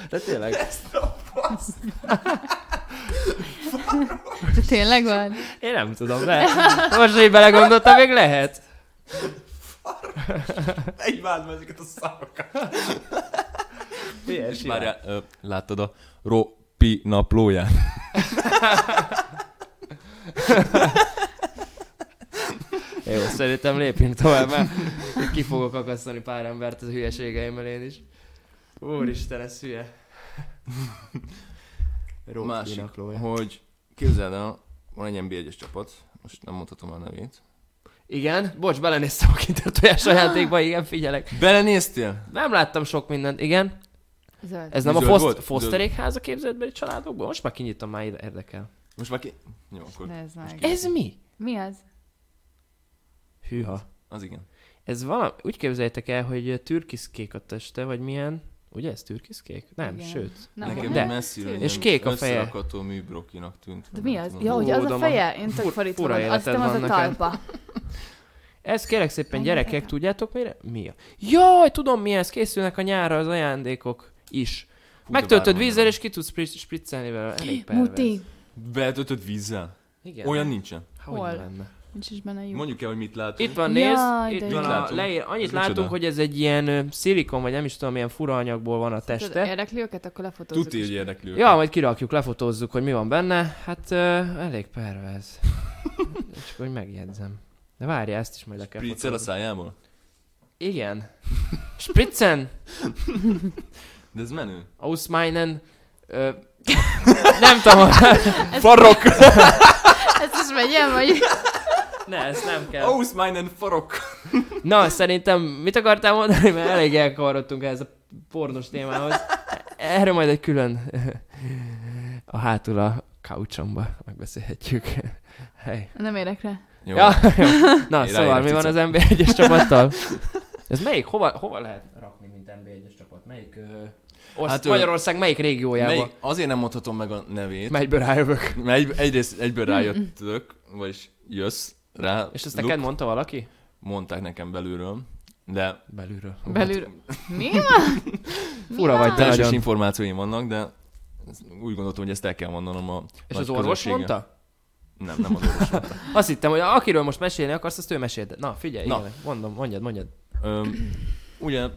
S3: De tényleg.
S4: De tényleg van?
S3: Én nem tudom, de most, hogy belegondoltam, még lehet.
S5: Egymád ezeket a szarokat.
S3: Ilyen
S5: És várjál, ö, láttad a Ropi naplóját?
S3: Jó, szerintem lépjünk tovább, mert ki fogok akasztani pár embert az hülyeségeimmel én is. Úristen, ez hülye. Rocky
S5: Másik,
S3: naplója.
S5: hogy képzeld el, van egy nb 1 csapat, most nem mondhatom a nevét.
S3: Igen, bocs, belenéztem a kintartójás a játékba, igen, figyelek.
S5: Belenéztél?
S3: Nem láttam sok mindent, igen.
S4: Zöld.
S3: Ez nem a
S5: Zöld
S3: foszt,
S5: volt?
S3: foszterék háza képzeletbeli családokból? Most már kinyitom, már ide- érdekel.
S5: Most már ki... Jó, akkor
S4: De ez meg.
S3: Ez mi?
S4: Mi az?
S3: Hűha.
S5: az igen.
S3: Ez valami, úgy képzeljétek el, hogy türkiszkék a teste, vagy milyen, ugye ez türkiszkék? Nem,
S4: Igen.
S3: sőt.
S4: Nem,
S5: Nekem
S4: de.
S5: de. messziről
S4: És
S5: ilyen
S3: kék a feje.
S5: összerakható műbrokinak tűnt.
S4: De mi az?
S5: Tudom.
S4: Ja, hogy az
S3: Ó, de
S4: a
S3: ma-
S4: feje? Én tök
S3: fur-
S4: fordítva
S3: fura
S4: van. Azt
S3: életed
S4: hiszem, az a
S3: van nekem.
S4: talpa.
S3: Ez kérek szépen
S4: Ennyi
S3: gyerekek,
S4: nekem.
S3: tudjátok mire? Mi a? Jaj, tudom mi ez, készülnek a nyárra az ajándékok is.
S5: Fú, de
S3: Megtöltöd
S5: várom,
S3: vízzel,
S5: hogy-
S3: és ki tudsz spritz- spriccelni vele. Elég pervers.
S4: Muti.
S5: Betöltöd vízzel?
S3: Igen.
S5: Igen. Olyan nincsen.
S3: Hogy
S4: Hol?
S3: lenne?
S4: Nincs is benne lyuk.
S5: Mondjuk el, hogy mit látunk.
S3: Itt van, nézd,
S4: Jaj,
S3: itt
S4: de
S3: van
S5: jó.
S3: a
S5: Mit látunk?
S3: leír. Annyit
S5: Ez
S3: látunk,
S5: micsoda?
S3: hogy ez egy ilyen ö, szilikon, vagy nem is tudom, milyen fura anyagból van a teste.
S4: Tudod, Érdekli őket, akkor lefotózzuk.
S5: Tuti,
S4: is.
S5: hogy érdekli őket.
S3: Ja, majd kirakjuk, lefotózzuk, hogy mi van benne. Hát ö, elég pervez. (laughs) Csak hogy megjegyzem. De várja, ezt is majd le kell
S5: Spriccel a
S3: fotózni.
S5: szájából?
S3: Igen. Spritzen,
S5: De ez menő.
S3: Ausmeinen, ö, nem tudom.
S5: (laughs) Farok!
S4: Ez is megy el, vagy?
S3: Ne, ezt nem kell.
S5: Aus meinen farok!
S3: Na, szerintem mit akartál mondani, mert elég elkavarodtunk ez a pornos témához. Erre majd egy külön a hátul a couchomba megbeszélhetjük. Hely.
S4: Nem érek rá.
S5: Jó.
S3: (laughs) Ja, jó. Na,
S5: Én
S3: szóval
S5: ráérek,
S3: mi van
S5: cica.
S3: az NB1-es csapattal? (laughs) Ez melyik? Hova, hova lehet rakni, mint NB1-es csapat? Melyik? Ö,
S5: Hát,
S3: oszt, hát,
S5: ö,
S3: Magyarország melyik régiójába?
S5: Melyik,
S3: Melyik?
S5: azért nem mondhatom meg a nevét,
S3: Melyből rájövök.
S5: mert egy, egyrészt
S4: Mm.
S5: egyből rájöttök, vagyis jössz rá.
S3: És ezt
S5: Luke,
S3: neked mondta valaki?
S5: mondták nekem belülről, de
S3: Belülről.
S4: Belül.
S5: hát,
S4: Mi van? Mi
S3: Fura
S4: van?
S3: vagy te
S5: teljes
S3: nagyon.
S5: információim vannak, de ezt úgy gondoltam, hogy ezt el kell mondanom a
S3: És
S5: nagy
S3: az orvos
S5: közönséggel.
S3: mondta?
S5: Nem, nem az orvos.
S3: Azt hittem, hogy akiről most mesélni akarsz, azt ő mesélte. Na, figyelj,
S5: Na.
S3: Igen, mondom, mondjad, mondjad.
S5: Öm, ugye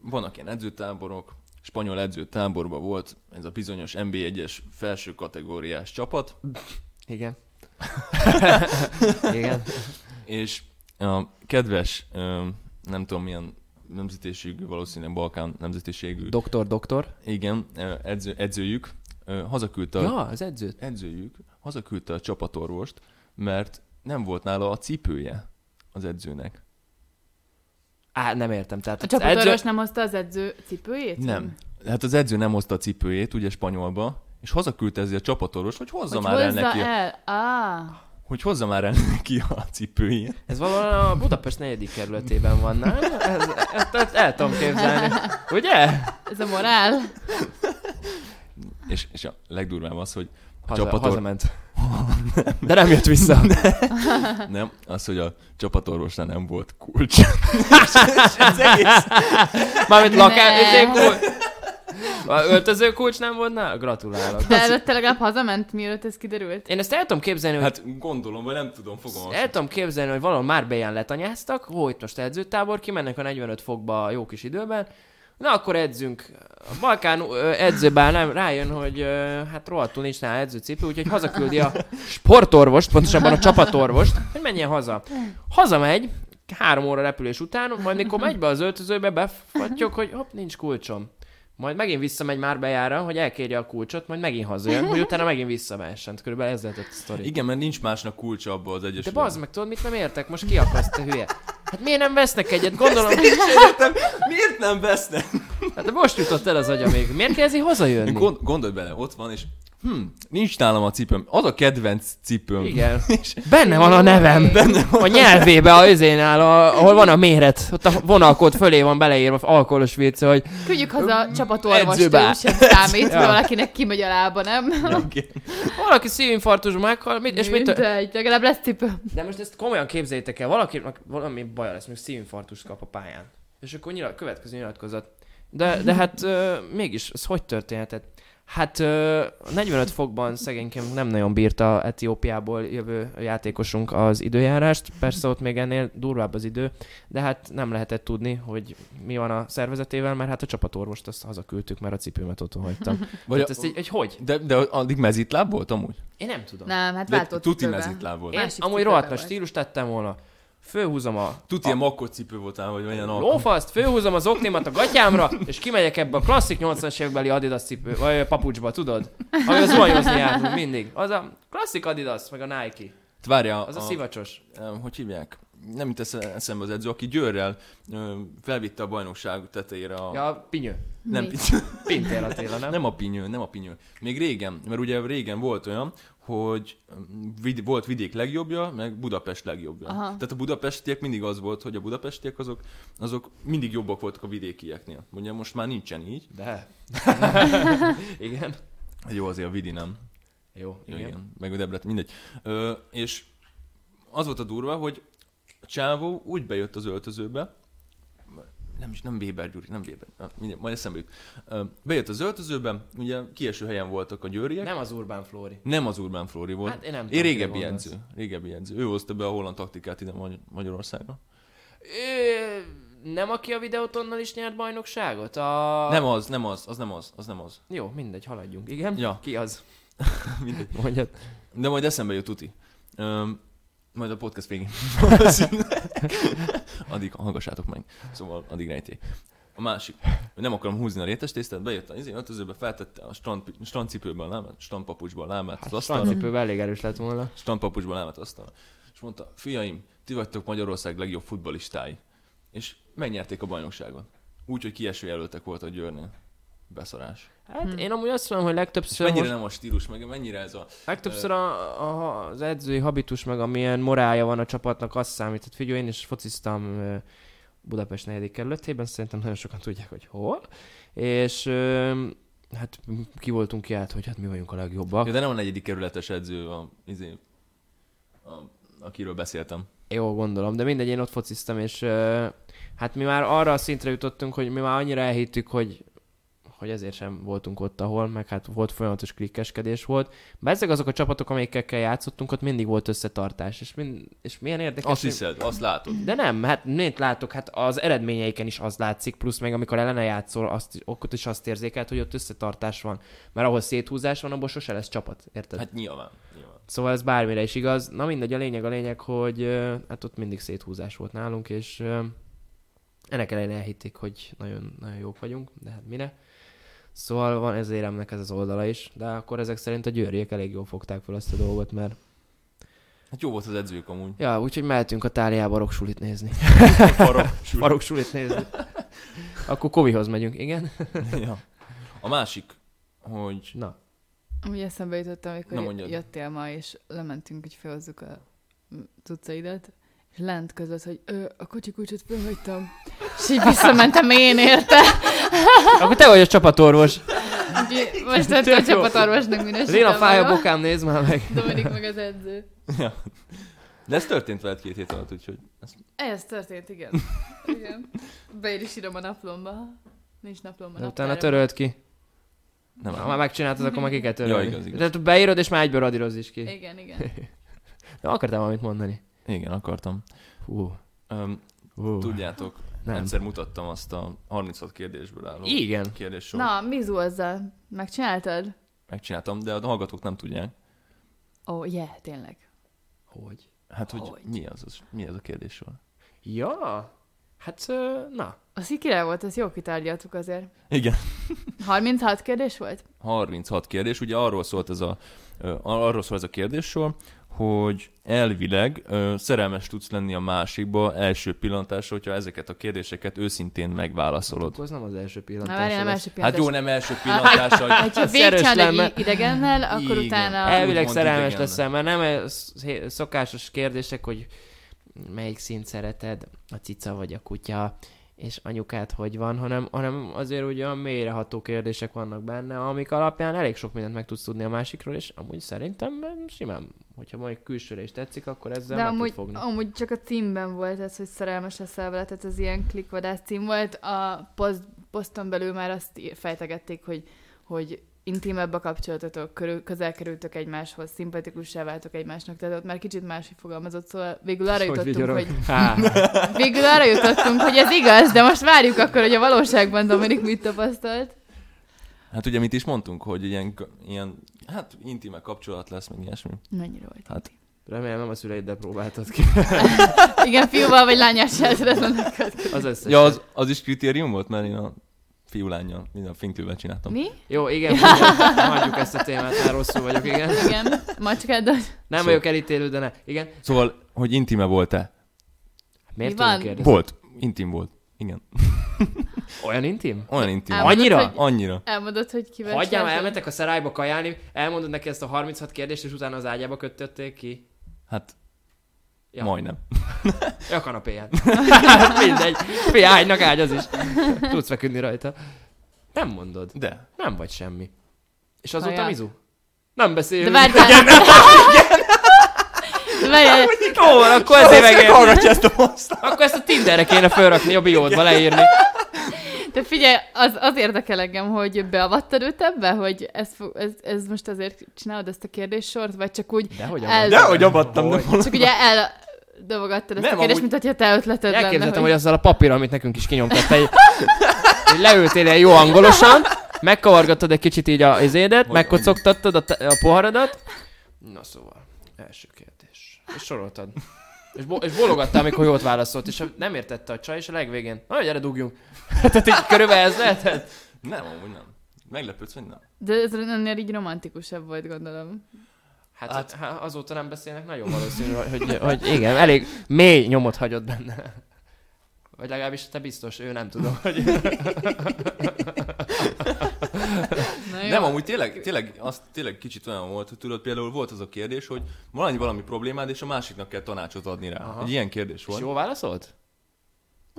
S5: vannak ilyen edzőtáborok, spanyol edzőtáborban volt ez a bizonyos NB1-es felső kategóriás csapat,
S3: (laughs) Igen. Igen.
S5: és a kedves, öm, nem tudom milyen nemzetiségű, valószínűleg balkán nemzetiségű,
S3: Doktor, doktor.
S5: igen, ö, edző, edzőjük, ö, hazaküldte a
S3: Ja, az edzőt.
S5: edzőjük hazaküldte a csapatorvost, mert nem volt nála a cipője az edzőnek.
S3: Á, nem értem. Tehát
S4: A
S3: az
S4: csapatorvos nem hozta az edző cipőjét?
S5: hát, Nem. Hát az edző nem hozta a cipőjét, ugye spanyolba, és hazaküldte ezért a csapatorvost, hogy hozza
S4: Hogy
S5: már el
S4: hozza
S5: neki, a-
S4: el. Ah.
S5: hogy hozza már el (laughs) neki a cipőjét.
S3: Ez valahol a Budapest negyedik kerületében van, nem? Ez, ezt, ezt el tudom képzelni. Ugye?
S4: Ez a morál.
S5: És, és a legdurvább az,
S3: (laughs)
S5: hogy a
S3: Haza,
S5: csapator...
S3: hazament. De nem jött vissza.
S5: Nem, az, hogy a csapatorvosnál nem volt kulcs.
S3: (laughs)
S5: és, ez egész,
S3: Mármint
S4: Ne.
S3: lakás. A öltöző kulcs nem volt nála? Gratulálok.
S4: De előtte legalább hazament, mielőtt ez kiderült.
S3: Én ezt el tudom képzelni, hogy
S5: hát gondolom, vagy nem tudom, fogalmam.
S3: el tudom képzelni, hogy valahol már beján letanyáztak, hó, itt most edzőtábor, kimennek a 45 fokba a jó kis időben, Na akkor edzünk. A Balkán ö, edzőbár nem rájön, hogy ö, hát rohadtul nincs nála edzőcipő, úgyhogy hazaküldi a sportorvost, pontosabban a csapatorvost, hogy menjen haza. Hazamegy, három óra repülés után, majd mikor megy be az öltözőbe, befagyok, hogy hopp, nincs kulcsom. Majd megint visszamegy már bejára, hogy elkérje a kulcsot, majd megint hazajön, hogy utána megint visszamehessen. Körülbelül ez lehetett a sztori.
S5: Igen, mert nincs másnak kulcsa abba az
S3: De
S5: egyesületben.
S3: bazd meg, tudod, mit nem értek? Most kiakaszt, te hülye. Hát miért nem vesznek egyet? Gondolom,
S5: Miért nem vesznek?
S3: hát de most jutott el az agya még. Miért kell ezért hazajönni?
S5: Gond, gondolj bele, ott van, és hm, nincs nálam a cipőm. Az a kedvenc cipőm. (laughs)
S3: Igen. Benne van a nevem. Benne van a nyelvébe, a özén áll, a, ahol van a méret. Ott a vonalkód fölé van beleírva alkoholos vécő, hogy
S4: Küldjük haza a csapatorvost,
S3: edzőbe.
S4: ő sem számít,
S3: Ja.
S4: ja. valakinek kimegy a lába, nem?
S5: Okay.
S3: valaki szívinfarktus meghal, mit, és mit...
S4: Mindegy, legalább lesz cipőm.
S3: De most ezt komolyan képzeljétek el, valakinek valami baja lesz, még szívinfarktust kap a pályán. És akkor nyilat, következő nyilatkozat. De, de hát ö, mégis, ez hogy történhetett? Hát ö, 45 fokban szegényként nem nagyon bírta Etiópiából jövő játékosunk az időjárást. Persze ott még ennél durvább az idő, de hát nem lehetett tudni, hogy mi van a szervezetével, mert hát a csapatorvost azt hazaküldtük, mert a cipőmet otthon hagytam.
S5: Vagy
S3: hát
S5: a,
S3: ezt így, hogy hogy?
S5: de, de addig mezitláb volt amúgy?
S3: Én nem tudom.
S4: Nem, hát
S5: De
S4: váltott
S5: tuti
S4: cipőbe.
S5: mezitláb volt.
S4: Én-
S3: Én
S4: másik
S3: amúgy
S4: cipőben
S3: rohadt nagy
S4: vagy.
S3: stílus tettem volna. Fölhúzom a
S5: Tuti ilyen makkocipő voltál, vagy olyan alkó.
S3: Lófaszt, főhúzom az oknimat a gatyámra, és kimegyek ebbe a klasszik 80-as évekbeli Adidas cipő, vagy ö, papucsba, tudod? Ami az zuhanyozni jártunk mindig. Az a klasszik Adidas, meg a Nike.
S5: Várja,
S3: Az a, szivacsos.
S5: em, hogy hívják? Nem jut esze- eszembe az edző, aki Győrrel ö, felvitte a bajnokság tetejére a...
S3: Ja, a pinyő.
S5: nem,
S4: Mi?
S3: Pintél Attila, nem?
S5: (laughs) nem a pinyő, nem a pinyő. Még régen, mert ugye régen volt olyan, hogy vid- volt vidék legjobbja, meg Budapest legjobbja.
S4: Aha.
S5: Tehát a budapestiek mindig az volt, hogy a budapestiek azok, azok mindig jobbak voltak a vidékieknél. Ugye most már nincsen így. (laughs)
S3: De. Igen.
S5: Jó, azért a vidi nem.
S3: Jó,
S5: Igen.
S3: igen. igen.
S5: igen. Meg a Debrecen, mindegy. Ö, és az volt a durva, hogy a Csávó úgy bejött az öltözőbe, nem is, nem Weber Gyuri, nem Weber, na, mindjárt, majd eszembe jut. Ö, Bejött az öltözőbe, ugye kieső helyen voltak a győriek, nem,
S3: Nem az Urbán Flóri.
S5: nem az Urbán Flóri volt.
S3: Hát én nem
S5: én
S3: tudom, kire
S5: régebbi
S3: gondolsz.
S5: edző, régebbi edző. Ő hozta be a holland taktikát ide Magy- Magyarországra.
S3: Ő... Nem aki a videótonnal is nyert bajnokságot? A...
S5: Nem az, nem az, az nem az, az nem az.
S3: Jó, mindegy, haladjunk. Igen?
S5: Ja.
S3: Ki az?
S5: (laughs) Mindegy.
S3: Mondjad.
S5: De majd eszembe jut tuti. Öm, majd a podcast
S3: (laughs)
S5: végén. addig hallgassátok meg. Szóval addig rejté. A másik. Nem akarom húzni a rétes tésztát, bejött a izé, öltözőbe, feltette a strand, strandcipőben a lámát, strandpapucsban a lámát, az
S3: Hát,
S5: asztalra,
S3: Francipőben elég erős lett volna.
S5: strandpapucsban a lámát az asztalra. És mondta, fiaim, ti vagytok Magyarország legjobb futbalistái. És megnyerték a bajnokságot. Úgy, hogy kieső jelöltek volt a Győrnél. Beszarás.
S3: Hát én amúgy azt mondom, hogy legtöbbször
S5: Mennyire
S3: most
S5: nem a stílus, meg mennyire ez a...
S3: Legtöbbször a, a, az edzői habitus, meg amilyen morálja van a csapatnak, az számít. Hát figyelj, én is fociztam ö, Budapest negyedik kerületében, szerintem nagyon sokan tudják, hogy hol. És ö, hát m- ki voltunk kiállt, hogy hát mi vagyunk a legjobbak.
S5: Ja, de nem a negyedik kerületes edző, a, izé, a, akiről beszéltem.
S3: Jó, gondolom, de mindegy, én ott fociztam, és ö, hát mi már arra a szintre jutottunk, hogy mi már annyira elhittük, hogy hogy ezért sem voltunk ott, ahol, meg hát volt folyamatos klikkeskedés volt. Bezzeg azok a csapatok, amelyekkel játszottunk, ott mindig volt összetartás, és, mind, és milyen érdekes.
S5: Azt
S3: hogy-
S5: hiszed, azt látod.
S3: De nem, hát mint látok, hát az eredményeiken is az látszik, plusz még amikor ellene játszol, azt, ott is azt érzékelt, hogy ott összetartás van. Mert ahol széthúzás van, abból sose lesz csapat, érted? Hát...
S5: Hát nyilván, nyilván.
S3: Szóval ez bármire is igaz. Na mindegy, a lényeg a lényeg, hogy ö, hát ott mindig széthúzás volt nálunk, és ö, ennek ellenére elhitték, hogy nagyon, nagyon jók vagyunk, de hát mire. Szóval van ez éremnek ez az oldala is, de akkor ezek szerint a győriek elég jól fogták fel azt a dolgot, mert...
S5: Hát jó volt az edzők (laughs) amúgy.
S3: Ja, úgyhogy mehetünk a táliába roksulit
S5: (laughs)
S3: nézni.
S5: Farok, Farok.
S3: Farok sulit nézni. Akkor Kovihoz megyünk, igen? (laughs)
S5: Ja. A másik, hogy
S3: Na,
S4: Úgy eszembe jutott,
S5: Na,
S4: amikor
S5: mondjad.
S4: jöttél ma, és lementünk, hogy felhozzuk a cuccaidat, és lent között, hogy ö, a kocsi kulcsot felhagytam. És így visszamentem én érte.
S3: akkor te vagy a csapatorvos.
S4: Úgyhogy most ettől a
S3: Tök jó.
S4: csapatorvosnak minősítem
S3: Léna fáj a
S4: magam.
S3: bokám, nézd már meg.
S4: Dominik meg az edző.
S5: de ez történt veled két hét alatt, úgyhogy ez
S4: Ez történt, (laughs) igen. igen. Be is írom a naplomba. Nincs naplomba.
S3: De utána
S4: naptáromba.
S3: törölt ki.
S5: nem
S3: Ha
S5: áll.
S3: már megcsináltad, akkor meg ki kell törölni.
S5: Ja, igaz, igaz.
S3: Tehát beírod, és már egyből radíroz is ki. (laughs)
S4: Igen, igen.
S3: De akartál valamit mondani?
S5: Igen, akartam.
S3: Hú.
S5: Öm,
S3: Hú.
S5: tudjátok,
S3: Nem.
S5: nem. egyszer mutattam azt a 36 kérdésből álló
S3: Igen.
S5: kérdéssort.
S4: Na, Mizu azzal. Megcsináltad?
S5: Megcsináltam, de a hallgatók nem tudják.
S4: Ó, oh, yeah, tényleg.
S3: Hogy?
S5: Hát, hogy,
S4: Hogy?
S5: hogy? mi az, az mi az a kérdéssor?
S3: Ja. Hát, ö, na.
S4: Az így király volt, ezt jó kitárgyaltuk azért.
S5: Igen.
S4: 36 kérdés volt?
S5: 36 kérdés. Ugye arról szólt ez a, ö, arról szól ez a kérdéssor, hogy elvileg ö, szerelmes tudsz lenni a másikba első pillantásra, hogyha ezeket a kérdéseket őszintén megválaszolod.
S3: Akkor az nem az első
S4: Na
S3: pillanat.
S4: várj, nem első
S5: Hát
S4: pillanat.
S5: jó, nem első pillantásra.
S4: Ha
S3: Ez erős
S4: végcsinálod egy
S3: lenne.
S4: i- idegennel, akkor
S5: Igen.
S4: utána...
S5: El-
S3: Elvileg
S5: Úgymond
S3: szerelmes
S5: idegen.
S3: leszel, mert nem ez hé- szokásos kérdések, hogy melyik színt szereted, a cica vagy a kutya, és anyukát hogy van, hanem, hanem azért úgy olyan mélyreható kérdések vannak benne, amik alapján elég sok mindent meg tudsz tudni a másikról, és amúgy szerintem mm, simán, hogyha majd külsőre is tetszik, akkor ezzel
S4: De
S3: meg
S4: amúgy,
S3: tud fogni.
S4: amúgy csak a címben volt ez, hogy szerelmes leszel vele, tehát ez ilyen klikvadász cím volt. A poszt, poszton belül már azt ír- fejtegették, hogy, hogy intimebb a kapcsolatotok, körül, közel kerültök egymáshoz, szimpatikussá váltok egymásnak, tehát ott már kicsit máshogy fogalmazott, szóval végül arra jutottunk, hogy,
S3: Há,
S4: végül arra jutottunk, hogy ez igaz, de most várjuk akkor, hogy a valóságban Dominik mit tapasztalt.
S5: Hát ugye mit is mondtunk, hogy ilyen, ilyen hát intime kapcsolat lesz, meg ilyesmi.
S4: Mennyire volt?
S5: Hát.
S3: remélem nem a szüleiddel próbáltad ki.
S4: Igen, fiúval vagy lányással szeretlenek.
S3: Az összes.
S5: Ja, az, az is kritérium volt, mert én a fiú lánya, minden finklővel csináltam.
S4: Mi?
S3: Jó,
S4: (laughs)
S3: igen, mondjuk- hagyjuk ezt a témát, már rosszul vagyok, igen.
S4: Igen, macskáddal.
S3: Nem
S5: Szó-
S3: vagyok elítélő, de ne. Igen.
S5: Szóval, hogy intime volt-e?
S3: Miért
S4: Mi
S3: tudunk
S4: van?
S3: kérdezni?
S5: Volt. Intim volt. Igen.
S3: Olyan intim?
S5: Olyan intim.
S4: Elmondod,
S3: Annyira?
S4: hogy-
S5: Annyira.
S4: Elmondod, hogy
S3: Hagyjál,
S4: kivel
S3: már,
S4: csináltad?
S3: elmentek a szarályba kajálni, elmondod neki ezt a 36 kérdést, és utána az ágyába kötötték ki.
S5: Hát,
S3: Ja.
S5: ja. majdnem.
S3: Ja, a kanapéján. (laughs) Mindegy. Fia, ágynak ágy az is. Tudsz feküdni rajta. Nem mondod.
S5: De.
S3: Nem vagy semmi. És azóta
S4: Hajjá.
S3: mizu? Nem beszélünk.
S4: De várjál! De várjál!
S3: (laughs) Ó, van, akkor ezért megér.
S5: Hallgatja ezt a hosszat.
S3: Akkor ezt a Tinderre kéne felrakni a biódba, leírni.
S4: De figyelj, az, az érdekel engem, hogy beavattad őt ebbe, hogy ez, fo- ez, ez most azért csinálod ezt a kérdéssort, vagy csak úgy
S3: Dehogy
S4: el,
S5: De, hogy abattam, de
S3: Hogy?
S5: volna.
S4: csak ugye el dobogattad ezt
S5: Nem,
S4: a kérdést,
S5: amúgy-
S4: mint hogyha te ötleted lenne,
S3: Elképzeltem, hogy... azzal a papírral, amit nekünk is kinyomtatt, egy, hogy leültél ilyen jó angolosan, megkavargattad egy kicsit így a izédet, megkocogtattad a, te- a poharadat. Na szóval, első kérdés. És soroltad. És, bo- és bologattál, amikor jót válaszolt, és a- nem értette a csaj, és a legvégén, na gyere dugjunk. (laughs) Tehát így körülbelül ez lehetett.
S5: Nem, amúgy nem. Meglepődsz, hogy nem.
S4: De ez ennél így romantikusabb volt, gondolom.
S3: Hát, hát, azóta nem beszélnek, nagyon valószínű, hogy, hogy, hogy igen, elég mély nyomot hagyott benne. Vagy legalábbis te biztos, ő nem tudom.
S4: Na
S5: Jó.
S4: jó.
S5: Nem, amúgy tényleg, tényleg, az tényleg kicsit olyan volt, hogy tudod, például volt az a kérdés, hogy valami valami problémád, és a másiknak kell tanácsot adni rá.
S3: Aha.
S5: Aha. Egy ilyen kérdés
S3: És
S5: volt.
S3: jó válaszolt?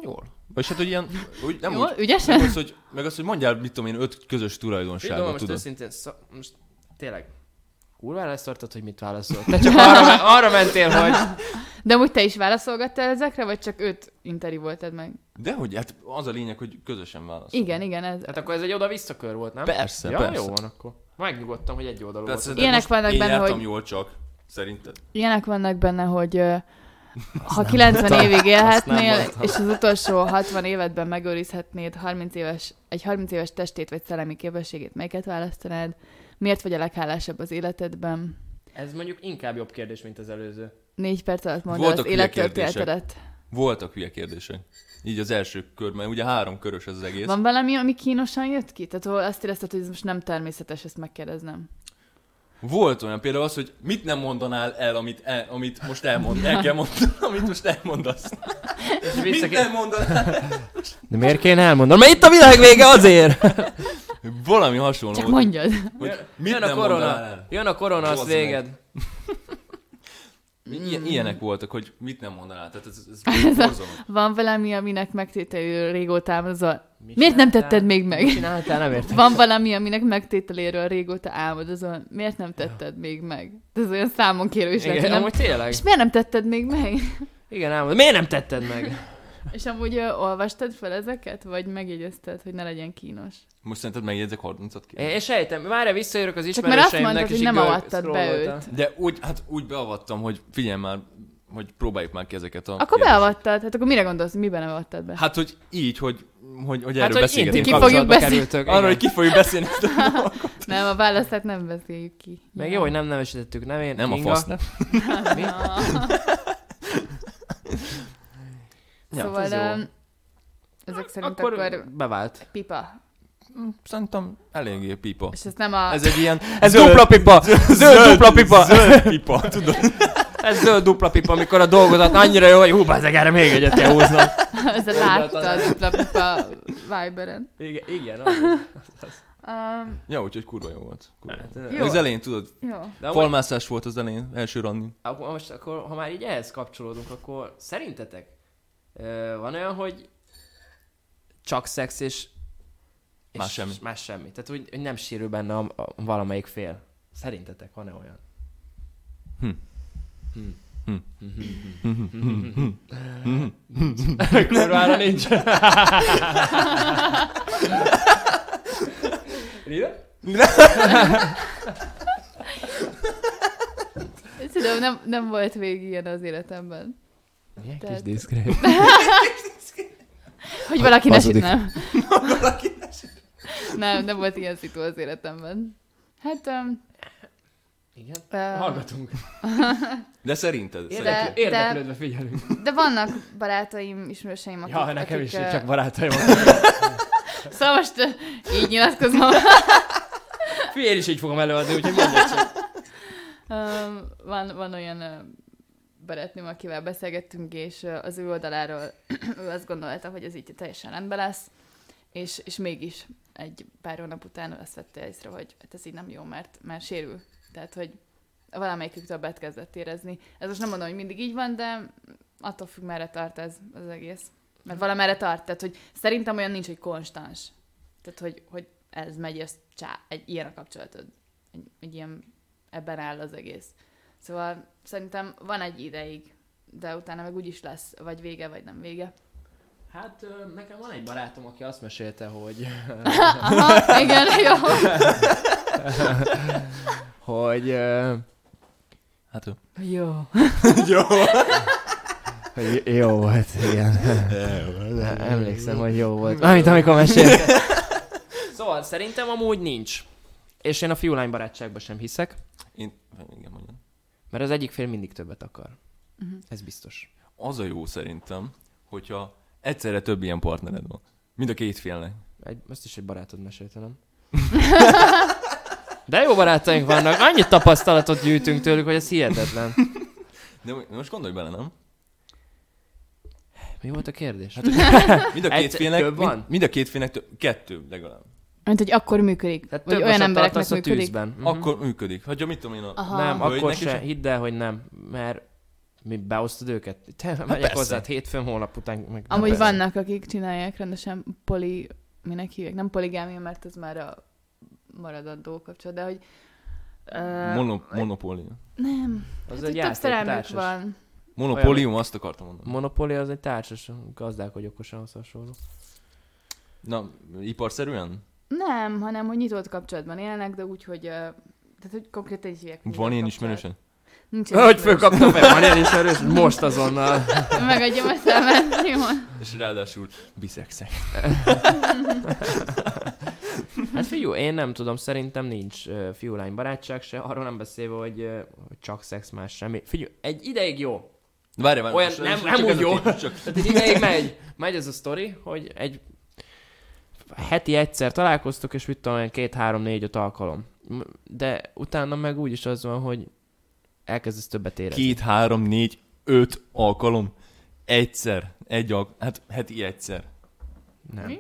S5: Jól. Vagyis hát, hogy ilyen, úgy, nem
S4: Jó,
S5: úgy,
S4: ügyesen?
S5: meg az, hogy, meg az, hogy mondjál, mit tudom én, öt közös
S3: Tudom,
S5: tulajdonságot,
S3: most
S5: tudod.
S3: őszintén, szó, most tényleg, kurvára ezt tartod, hogy mit (laughs) válaszol. Te csak arra, arra mentél, hogy...
S4: De amúgy te is válaszolgattál ezekre, vagy csak őt interjúoltad meg?
S5: De hogy, hát az a lényeg, hogy közösen válasz.
S4: Igen, igen, ez.
S3: Hát akkor ez egy oda-vissza kör volt, nem?
S5: Persze,
S3: ja,
S5: persze.
S3: jó van akkor. Megnyugodtam, hogy egy oldalú
S5: Persze,
S3: volt.
S5: de
S4: Ilyenek
S5: most
S4: vannak
S5: én
S4: benne,
S5: jártam
S4: hogy-
S5: jól csak, szerinted.
S4: Ilyenek vannak benne, hogy ö, ha 90 évig élhetnél, és az utolsó 60 évedben megőrizhetnéd 30 éves, egy 30 éves testét vagy szellemi képességét, melyiket választanád? Miért vagy a leghálásabb az életedben?
S3: Ez mondjuk inkább jobb kérdés, mint az előző.
S4: Négy perc alatt mondd el
S5: Voltak
S4: az
S5: hülye
S4: élettörténetedet.
S5: Voltak hülye kérdések. Így az első kör, mert ugye három körös ez az egész.
S4: Van valami, ami kínosan jött ki? Tehát ahol azt érezted, hogy ez most nem természetes, ezt megkérdeznem.
S5: Volt olyan például az, hogy mit nem mondanál el, amit, el, amit most elmond, el kell mondanom, amit most elmondasz.
S3: És
S5: Mit
S3: visszaké...
S5: nem mondanál?
S3: De miért kéne elmondanom? Mert itt a világ vége azért!
S5: Valami hasonló.
S4: Csak
S5: volt,
S4: mondjad.
S5: Hogy mit
S3: Jön a
S5: nem mondanál
S3: korona,
S5: el?
S3: jön a korona, az
S5: Bazd
S3: véged.
S5: Ilyen, ilyenek voltak, hogy mit nem mondanál. Tehát ez, ez,
S4: (laughs)
S5: ez borzalmas.
S4: Van valami, aminek megtételéről régóta álmodozol? Miért nem tetted még meg?
S3: Mit csináltál, nem értem.
S4: Van valami, aminek megtételéről régóta álmodozol? Miért nem tetted még meg? Ez olyan számon kérő is lehet,
S3: Igen,
S4: nem?
S3: amúgy tényleg.
S4: És miért nem tetted még meg?
S3: Igen, elmondom. Miért nem tetted meg?
S4: És amúgy ö, olvastad fel ezeket, vagy megjegyezted, hogy ne legyen kínos?
S5: Most szerinted megjegyzek 30-at ki.
S3: Én sejtem, már visszajövök az
S4: Csak mert azt
S3: ismerőseimnek, és
S4: mondtad, hogy
S3: így
S4: nem
S3: gör-
S4: avattad be
S3: scrolloltam.
S4: őt.
S5: De úgy, hát úgy beavattam, hogy figyelj már, hogy próbáljuk már ki ezeket a
S4: Akkor
S5: kérdéseket.
S4: beavattad, hát akkor mire gondolsz, miben avattad
S3: (laughs)
S4: be?
S5: Hát, hogy így, hogy, hogy, hogy
S3: Hát,
S5: erről hát,
S3: hogy
S5: beszélgetünk.
S3: intim
S4: Ki
S5: Ki
S3: kapcsolatba
S4: kapcsolatba fogjuk beszélni.
S3: kerültök.
S5: Arról, hogy
S3: Arra,
S5: ki fogjuk beszélni. ezt a-
S4: Nem, a választát nem beszéljük ki.
S3: meg
S4: (laughs)
S3: jó, hogy nem nevesítettük, nem én.
S5: Nem a
S3: Inga.
S5: fasz, nem.
S3: Mi?
S4: Szóval
S3: ez jó.
S4: ö, szóval, ezek szerint akkor,
S3: bevált.
S4: pipa.
S5: mm, szerintem eléggé pipa.
S4: És ez nem a... (laughs)
S5: Ez egy ilyen...
S3: Ez
S5: zöld-
S3: dupla pipa! (laughs) Zöld (laughs) dupla pipa!
S5: Zöld pipa, tudod?
S3: Ez zöld dupla pipa, amikor a dolgozat annyira jó, hogy hú, ezek erre még egyet kell húznom.
S4: Ez a látta a dupla pipa Viberen.
S3: Igen, igen. az.
S4: Um,
S5: Ja, úgyhogy kurva jó volt. Kurva. jó.
S4: Jó.
S5: Az elején, tudod,
S4: jó.
S3: Hát, De amúgy-
S5: falmászás volt az elején, első ranni.
S3: Akkor, most akkor, ha már így ehhez kapcsolódunk, akkor szerintetek ö, van olyan, hogy csak szex és, és
S5: Más semmi.
S3: Más semmi. Tehát úgy, hogy nem sérül benne a, a, valamelyik fél. Szerintetek van-e olyan?
S5: Hm.
S3: Hm. Kurvára nincs. Rita?
S4: Tudom, nem, nem volt végig ilyen az életemben.
S3: Milyen kis
S4: Tehát-
S3: diszkrét.
S4: (laughs) Hogy valaki ne
S3: hazudik.
S4: nem. nem, nem volt ilyen szitu az életemben. Hát, um,
S3: Igen?
S4: uh,
S3: Hallgatunk.
S5: De szerinted? szerinted.
S3: Érdekl- érdeklődve figyelünk.
S4: de vannak barátaim, ismerőseim, akik...
S3: Ja, nekem
S4: akik,
S3: is,
S4: ö,
S3: csak barátaim.
S4: Szóval most ö, így nyilatkozom.
S3: Figyelj, is így fogom előadni, úgyhogy mondjad csak.
S4: Öm, van, van olyan ö, barátnőm, akivel beszélgettünk, és ö, az ő oldaláról (clears throat) ő azt gondolta, hogy ez így teljesen rendben lesz, és, és mégis egy pár hónap után azt vette észre, hogy hát ez így nem jó, mert már sérül. Tehát, hogy valamelyikük többet kezdett érezni. Ez most nem mondom, hogy mindig így van, de attól függ, merre tart ez az egész. Mert valamerre tart. Tehát, hogy szerintem olyan nincs, hogy konstans. Tehát, hogy, hogy ez megy, ez csá, egy ilyen a kapcsolatod. Egy, egy ilyen ebben áll az egész. Szóval szerintem van egy ideig, de utána meg úgy is lesz, vagy vége, vagy
S3: (laughs)
S4: nem vége.
S3: Hát ö, nekem van egy barátom, aki azt mesélte, hogy,
S4: Aha, igen, jó.
S3: hogy, ö,
S5: Hát jó.
S4: Jó.
S3: (laughs) hogy jó volt, igen. Emlékszem, hogy jó volt. Mármint amikor mesélte. Szóval szerintem amúgy nincs. És én a fiú-lány barátságba sem hiszek,
S5: Én, igen, mondjam.
S3: mert az egyik fél mindig többet akar. Ez biztos.
S5: Az a jó szerintem, hogyha egyszerre több ilyen partnered van. Mind a két félnek.
S3: Egy, ezt is egy barátod mesélte, nem? De jó barátaink vannak, annyit tapasztalatot gyűjtünk tőlük, hogy ez hihetetlen.
S5: De mo- most gondolj bele,
S3: (laughs)
S5: nem?
S3: Mi volt a kérdés?
S5: Mind a két
S3: Egyszer-
S5: félnek,
S3: több
S5: mind,
S3: van?
S5: mind a két félnek több, kettő legalább.
S4: Mint, hogy akkor működik.
S3: Tehát
S4: vagy
S3: Hát több
S4: olyan
S3: olyan
S4: embereknek
S3: embereknek a
S4: működik.
S3: tűzben. Mhm.
S5: Akkor működik. Hogyha mit tudom én a...
S4: Aha.
S3: Nem,
S5: Hölgynek
S3: akkor
S5: is
S3: se.
S5: a-
S3: Hidd el, hogy nem. Mert mi beosztod őket? Te hát megyek
S5: persze.
S3: hozzád hétfőn, holnap után meg...
S4: Amúgy
S3: persze.
S4: vannak, akik csinálják rendesen poli, minek hívják, nem poligámia, mert ez már a maradandó kapcsolat, de hogy... ö,
S5: Mono, monopólium.
S4: nem,
S3: Az
S4: hát,
S3: egy
S4: hogy több
S3: játék,
S4: szerelmük
S3: társas.
S4: van.
S5: Monopólium, azt akartam mondani.
S3: Monopoly az egy társas gazdák, hogy okosan hasonló.
S5: Na, iparszerűen?
S4: Nem, hanem hogy nyitott kapcsolatban élnek, de úgy, hogy... ö, tehát, hogy konkrétan így hívják. hogy
S5: Van ilyen
S4: nyitott kapcsolat.
S5: ismerősen?
S4: Nincs ilyen
S3: Hogy
S4: ismerős.
S3: fölkaptam fel, van ilyen is erős, most azonnal.
S4: Megadjam a szemet, jó.
S5: És ráadásul biszexek.
S3: Hát fiú, én nem tudom, szerintem nincs ö, fiú-lány barátság se, arról nem beszélve, hogy ö, hogy csak szex, más semmi. Figyelj, egy ideig jó,
S5: Várj, várj.
S3: Olyan-
S5: most-
S3: nem-
S5: most
S3: nem
S5: csak
S3: úgy
S5: ez a
S3: jó.
S5: téma, Csak
S3: Tehát egy ideig megy, megy ez a sztori, hogy egy heti egyszer találkoztok, és mit tudom, olyan két, három, négy, öt alkalom. M- De utána meg úgy is az van, hogy elkezdesz többet érezni.
S5: két, három, négy, öt alkalom. Egyszer. Egy al- hát heti egyszer.
S3: Nem.
S4: Mi?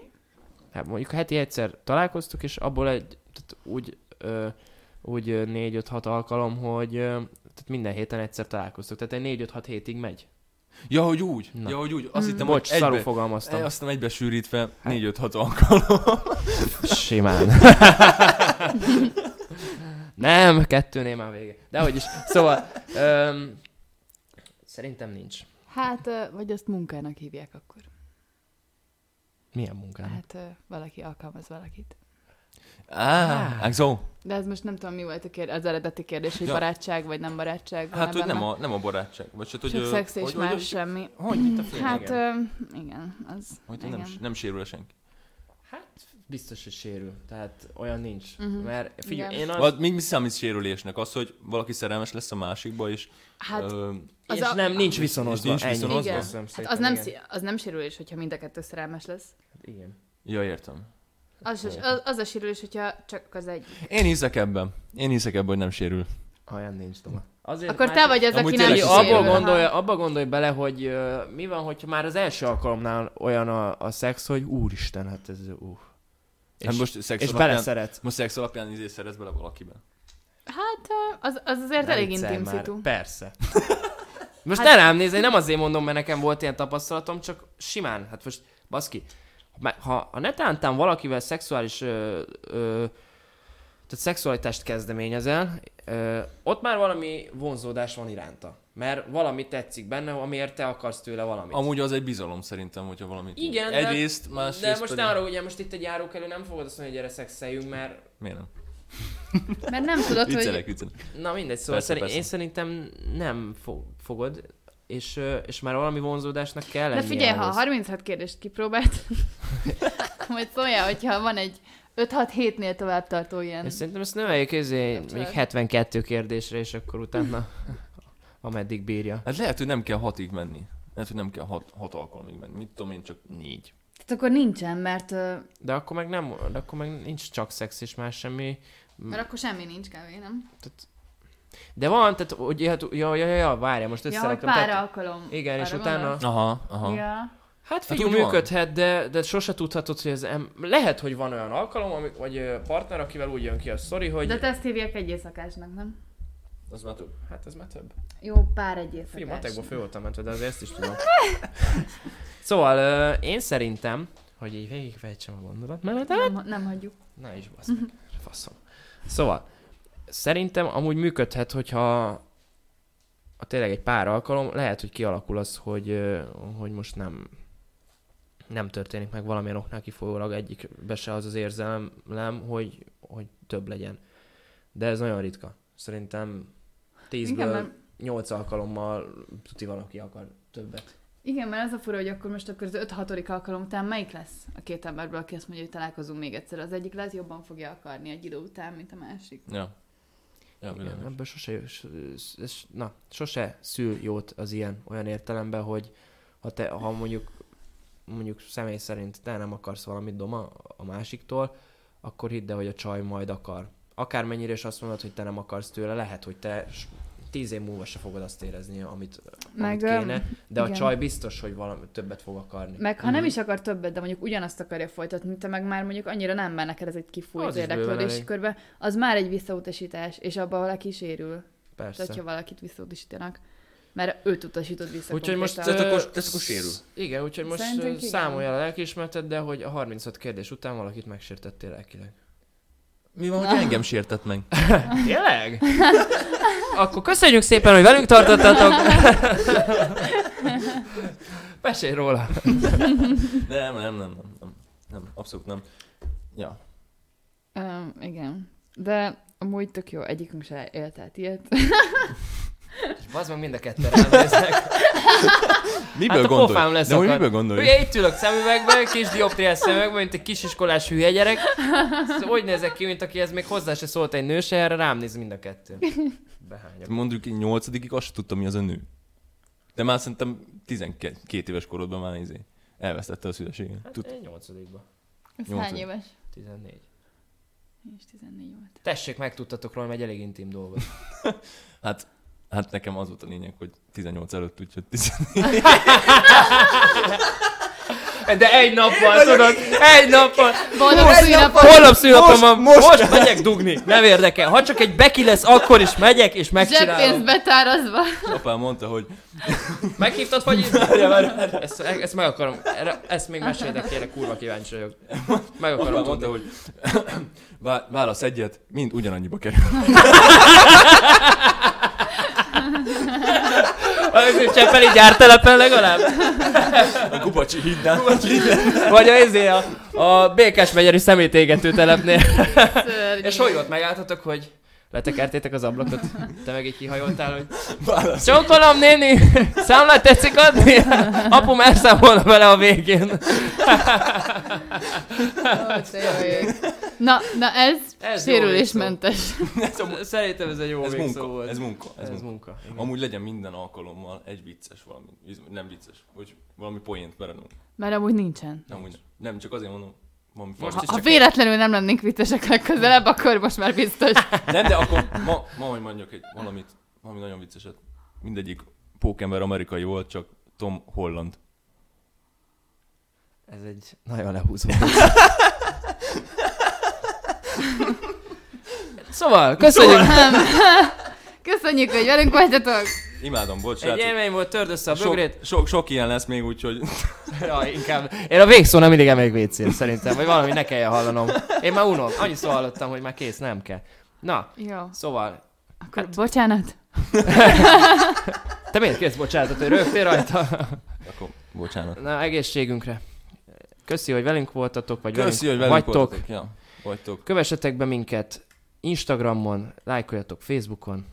S3: Hát mondjuk heti egyszer találkoztok, és abból egy, tehát úgy, ö, úgy ö, négy, öt, hat alkalom, hogy ö, tehát minden héten egyszer találkoztok. Tehát egy négy, öt, hat hétig megy.
S5: Ja, hogy úgy.
S3: Na.
S5: Ja, hogy úgy.
S4: Hmm.
S5: Azt hittem,
S3: Bocs, Hát.
S5: hogy
S3: szarul
S5: egybe,
S3: fogalmaztam.
S5: E, aztán egybe sűrítve 4-5-6 alkalom. (laughs)
S3: Simán. Nem, kettőnél már vége. De hogy is. Szóval, öm, szerintem nincs.
S4: Hát, ö, vagy azt munkának hívják akkor.
S3: Milyen munkám?
S4: Hát ö, valaki alkalmaz valakit.
S5: Á, ah, so.
S4: De ez most nem tudom, mi volt a kérdés, az eredeti kérdés, hogy
S5: Ja.
S4: barátság vagy nem barátság.
S5: Hát, hogy nem a, nem a barátság. Vagy hát, hogy...
S4: Csak
S5: ö,
S4: szex és
S5: hogy,
S4: már
S5: hogy,
S4: semmi.
S3: Hogy mit a fél?
S4: Hát,
S3: igen.
S4: ö, igen, az
S5: hogy
S4: igen.
S5: nem, nem sérül -e senki.
S3: Biztos, hogy sérül. Tehát olyan nincs.
S4: Mhm.
S3: Mert figyelj,
S4: Igen.
S3: én az...
S5: Vagy mi, mi számít sérülésnek? Az, hogy valaki szerelmes lesz a másikba, és...
S4: Hát,
S5: ö,
S4: Az
S3: és
S4: a-
S3: nem, nincs
S5: És-
S3: viszonozva.
S5: és nincs
S3: Ennyi.
S5: viszonozva?
S4: Igen.
S3: Köszönöm
S4: hát
S3: szépen,
S4: az, nem,
S3: igen.
S4: szí- az nem sérülés, hogyha mind a kettő szerelmes lesz.
S3: Hát Igen.
S5: ja, értem.
S4: Az, is- az, az a sérülés, hogyha csak az egy.
S5: Én hiszek ebben. Én hiszek ebben, hogy nem sérül.
S3: Olyan nincs, Toma. Azért
S4: Akkor
S3: már-
S4: te vagy az,
S5: Amúgy
S4: aki nem
S5: tényleg
S3: Figyelj,
S5: is
S3: abba,
S5: sérül.
S3: gondolj, abba gondolj bele, hogy ö, mi van, hogyha már az első alkalomnál olyan a, a szex, hogy úristen, hát ez uh. És,
S5: Hát most szex
S3: és
S5: alapján-
S3: beleszeret.
S5: Most szex alapján izé szerez bele valakiben.
S4: Hát ö, az, az azért
S3: Ne
S4: elég
S3: viccelj
S4: intim
S3: már.
S4: szitu. (laughs)
S3: Persze. Most
S4: Hát-
S3: hát... ne rám nézz, én nem azért mondom, mert nekem volt ilyen tapasztalatom, csak simán. Hát most, baszki, ha- ha, ha netántán valakivel szexuális ö, ö, tehát szexualitást kezdeményezel, ö, ott már valami vonzódás van iránta. Mert valami tetszik benne, amiért te akarsz tőle valamit.
S5: Amúgy az egy bizalom szerintem, hogyha valamit...
S3: Igen,
S5: Egyrészt,
S3: de,
S5: másrészt
S3: de most
S5: pedig-
S3: ne arra, ugye most itt egy járókelő nem fogod azt mondani, hogy gyere szexeljünk, mert
S5: Miért nem?
S4: Mert nem
S5: (laughs)
S4: tudod,
S5: Viccelek,
S4: Hát, hogy...
S5: viccelek.
S3: na mindegy, szóval
S5: Persze,
S3: persze, szerint,
S5: persze.
S3: én szerintem nem fo- fogod, és, ö, és már valami vonzódásnak kell
S4: De
S3: lennie
S4: figyelj, ha
S3: ahhoz.
S4: 36 kérdést kipróbált,
S3: (laughs)
S4: majd szóljál, hogyha van egy 5-6-7-nél tovább tartó ilyen.
S3: És szerintem ezt növeljük ezé,
S4: Kapcsolat.
S3: mondjuk 72 kérdésre, és akkor utána (laughs) ameddig bírja.
S5: Hát lehet, hogy nem kell hatig menni. Lehet, hogy nem kell hat, hat alkalomig menni. Mit tudom én, csak négy.
S4: Tehát akkor nincsen, mert... ö,
S3: De akkor meg nem, de akkor meg nincs csak szex és más semmi.
S4: Mert akkor semmi nincs kávé, nem?
S3: De van, tehát ugye, hát, ja, ja, ja, ja várja, most
S4: Ja, hogy
S3: összeraktam.
S4: pár
S3: tehát,
S4: alkalom.
S3: igen, és
S4: Arra
S3: utána,
S4: gondolsz?
S5: Aha, aha. Ja.
S4: Ja.
S3: Hát
S5: Hát
S3: figyelj,
S5: úgy van.
S3: működhet, de, de sose tudhatod, hogy az em... Lehet, hogy van olyan alkalom, ami, vagy ö, partner, akivel úgy jön ki a sztori, hogy...
S4: De te ezt hívják egy éjszakásnak, nem?
S5: Az már több.
S3: Hát ez már több.
S4: Jó, pár egy
S3: Figyelj,
S4: éjszakás.
S3: matekból fő voltam mentve, de azért ezt is tudom. szóval ö, én szerintem, hogy így végigvejtsem a gondolatmenetet,
S4: Nem, nem hagyjuk.
S3: Na is basz meg. Faszom. Szóval, szerintem amúgy működhet, hogyha a tényleg egy pár alkalom, lehet, hogy kialakul az, hogy, ö, hogy most nem nem történik meg valamilyen oknál kifolyólag egyikbe se az az érzelem, hogy, hogy több legyen. De ez nagyon ritka. Szerintem
S4: Igen
S3: tízből
S4: mert,
S3: nyolc alkalommal tuti valaki akar többet.
S4: igen, mert az a fura, hogy akkor most akkor az 5-6. alkalom után melyik lesz a két emberből, aki azt mondja, hogy találkozunk még egyszer. Az egyik lehet jobban fogja akarni egy idő után, mint a másik.
S5: Ja. Ja,
S3: Igen,
S5: világos.
S3: ebből sose, s- s- s- na, sose szül jót az ilyen, olyan értelemben, hogy ha, te, ha mondjuk, mondjuk személy szerint te nem akarsz valamit doma a másiktól, akkor hidd el, hogy a csaj majd akar. Akármennyire is azt mondod, hogy te nem akarsz tőle, lehet, hogy te s- tíz év múlva se fogod azt érezni, amit,
S4: Meg,
S3: amit kéne, de a
S4: igen.
S3: csaj biztos, hogy valami többet fog akarni. Mhm.
S4: Meg ha nem is akar többet, de mondjuk ugyanazt akarja folytatni, te meg már mondjuk annyira nem, mert neked ez egy
S3: Az
S4: kifújt
S3: is bőven
S4: érdeklődési
S3: elég.
S4: körbe, az már egy visszautasítás, és abban valaki sérül,
S3: Persze.
S4: tehát, hogyha valakit visszautasítanak. Mert őt utasítod vissza.
S3: Úgyhogy most...
S4: konkrétan.
S5: Tehát
S3: ö,
S5: akkor- tehát akkor sérül.
S3: sz- Igen, úgyhogy most
S4: Szerintem
S3: ö,
S4: igen.
S3: számolja a lelkiismereted, de hogy a 36 kérdés után valakit megsértettél
S4: (laughs)
S3: lelkileg.
S5: Mi van, hogy engem sértett meg?
S4: (laughs)
S3: Tényleg? Akkor köszönjük szépen, hogy velünk
S4: (laughs)
S3: tartottatok. Mesélj róla.
S5: Nem, nem, nem, nem, nem, nem, abszolút nem. Ja.
S4: Um, igen. De amúgy tök jó, egyikünk se élt át ilyet. (laughs)
S3: És bazd meg mind a ketten ránéznek.
S5: Miből
S3: Hát a
S5: gondolj?
S3: pofám lesz
S5: De hogy
S3: akad.
S5: miből gondolj?
S3: (laughs) Ugye itt ülök szemüvegben, kis dioptriás szemüvegben, mint egy kisiskolás hülye gyerek. Szóval úgy nézek ki, mint aki ez még hozzá se szólt egy nő se, erre rám néz mind a
S4: (laughs)
S3: kettő. Behányom.
S5: Mondjuk én nyolcadikig azt sem tudtam, mi az a nő. De már szerintem 12 éves korodban már izé elvesztette a szüleségét.
S3: Hát
S5: Tud,
S3: én nyolcadikban.
S4: Ez
S5: Nyolc
S4: hány
S5: év.
S4: éves?
S3: 14.
S4: Én is 14 volt.
S3: Tessék, megtudtatok róla, mert egy elég intim dolgot.
S5: hát nekem az volt a lényeg, hogy 18 előtt, úgyhogy 10...
S3: (laughs) De egy nap van, tudod, egy nap van.
S4: Boldog
S3: Most-
S4: szülinapot!
S3: Holnap szülinapom van, most, most megyek dugni, nem érdekel. Ha csak egy beki lesz, akkor is megyek és
S4: Zseppénz
S3: megcsinálom. (laughs)
S4: betárazva.
S5: (laughs) Apám mondta, hogy
S3: Meghívtad, (laughs) vagy ezt, ezt meg akarom, erre, ezt még meséltek, kérlek, kurva kíváncsi vagyok. Meg akarom
S5: apám mondta,
S3: tudni.
S5: hogy vá- válasz egyet, mind ugyanannyiba kerül.
S3: A Cseppeli gyártelepen legalább?
S5: A Kubacsi hídnál. Kubacsi hídnál.
S3: Vagy a, izé, a, a Békás megyeri szemétégető telepnél.
S4: Szörnyű.
S3: És hogy volt, megálltatok, hogy letekertétek az ablakot, te meg így kihajoltál, hogy
S5: Válasz.
S3: Csókolom, néni! Számlát tetszik adni? Apum elszámolna vele a végén.
S4: Ó, te jó ég. Na, na ez,
S3: Ez
S4: ez
S3: jó
S4: sérülésmentes.
S3: Szerintem ez egy jó
S5: Ez
S3: végszó
S5: munka,
S3: volt.
S5: ez munka, ez
S3: Ez
S5: munka.
S3: munka. igen.
S5: Amúgy legyen minden alkalommal egy vicces valami, nem vicces, hogy valami poént berenünk.
S4: Mert amúgy nincsen.
S5: Nem, úgy, nem, csak azért mondom, Van,
S3: Most
S5: van.
S3: is
S4: Ha
S3: csak-
S4: véletlenül nem lennénk vittesek legközelebb, akkor most már biztos.
S3: Hát,
S5: Nem, de akkor ma, ma hogy mondjak egy valamit, valami nagyon vicceset. Mindegyik pókember amerikai volt, csak Tom Holland.
S3: Ez egy nagyon lehúzó. szóval, köszönjük!
S4: Nem. (laughs) Köszönjük, hogy velünk voltatok.
S5: Imádom, bocs,
S3: Egy
S5: srácok.
S3: élmény volt, törd össze a bögrét.
S5: Sok, sok, sok ilyen lesz még, úgyhogy
S3: Ja, inkább. Én a végszónál mindig emelik wc szerintem, vagy valami ne kelljen hallanom. Én már unom, annyi szó hallottam, hogy már kész, nem kell. Na,
S4: Jó,
S3: szóval,
S4: akkor bocsánat.
S3: (laughs) te miért kész bocsánatot, hogy rögtél rajta?
S5: akkor bocsánat.
S3: Na, egészségünkre. Köszi, hogy velünk voltatok, vagy
S5: Köszi, hogy
S3: velünk
S5: velünk
S3: vagytok.
S5: voltatok. Ja, vagytok.
S3: Kövessetek be minket Instagramon, lájkoljatok Facebookon.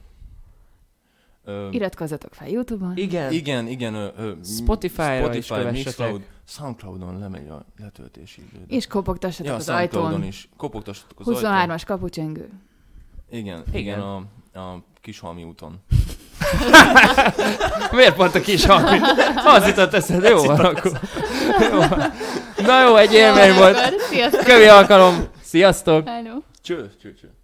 S5: Ö,
S4: Iratkozzatok fel Youtube-on.
S3: Igen.
S5: igen, igen. Ö, ö,
S3: Spotify-ra is kövessetek.
S5: Mixcloud, Soundcloudon lemegy a letöltési idő.
S4: És kopogtassatok
S5: ja,
S4: az
S5: Soundcloudon
S4: ajtón.
S5: is. Kopogtassatok az ajtón.
S4: 23-as kapucsengő.
S5: Igen, igen,
S3: Igen.
S5: igen a, a Kishalmi úton.
S3: (laughs) Miért pont a kis hang? Az jutott eszed, jó van akkor. Jó van. Na jó, egy élmény volt.
S4: Sziasztok.
S3: Kövi alkalom. Sziasztok!
S4: Hello.
S5: Cső, cső, cső.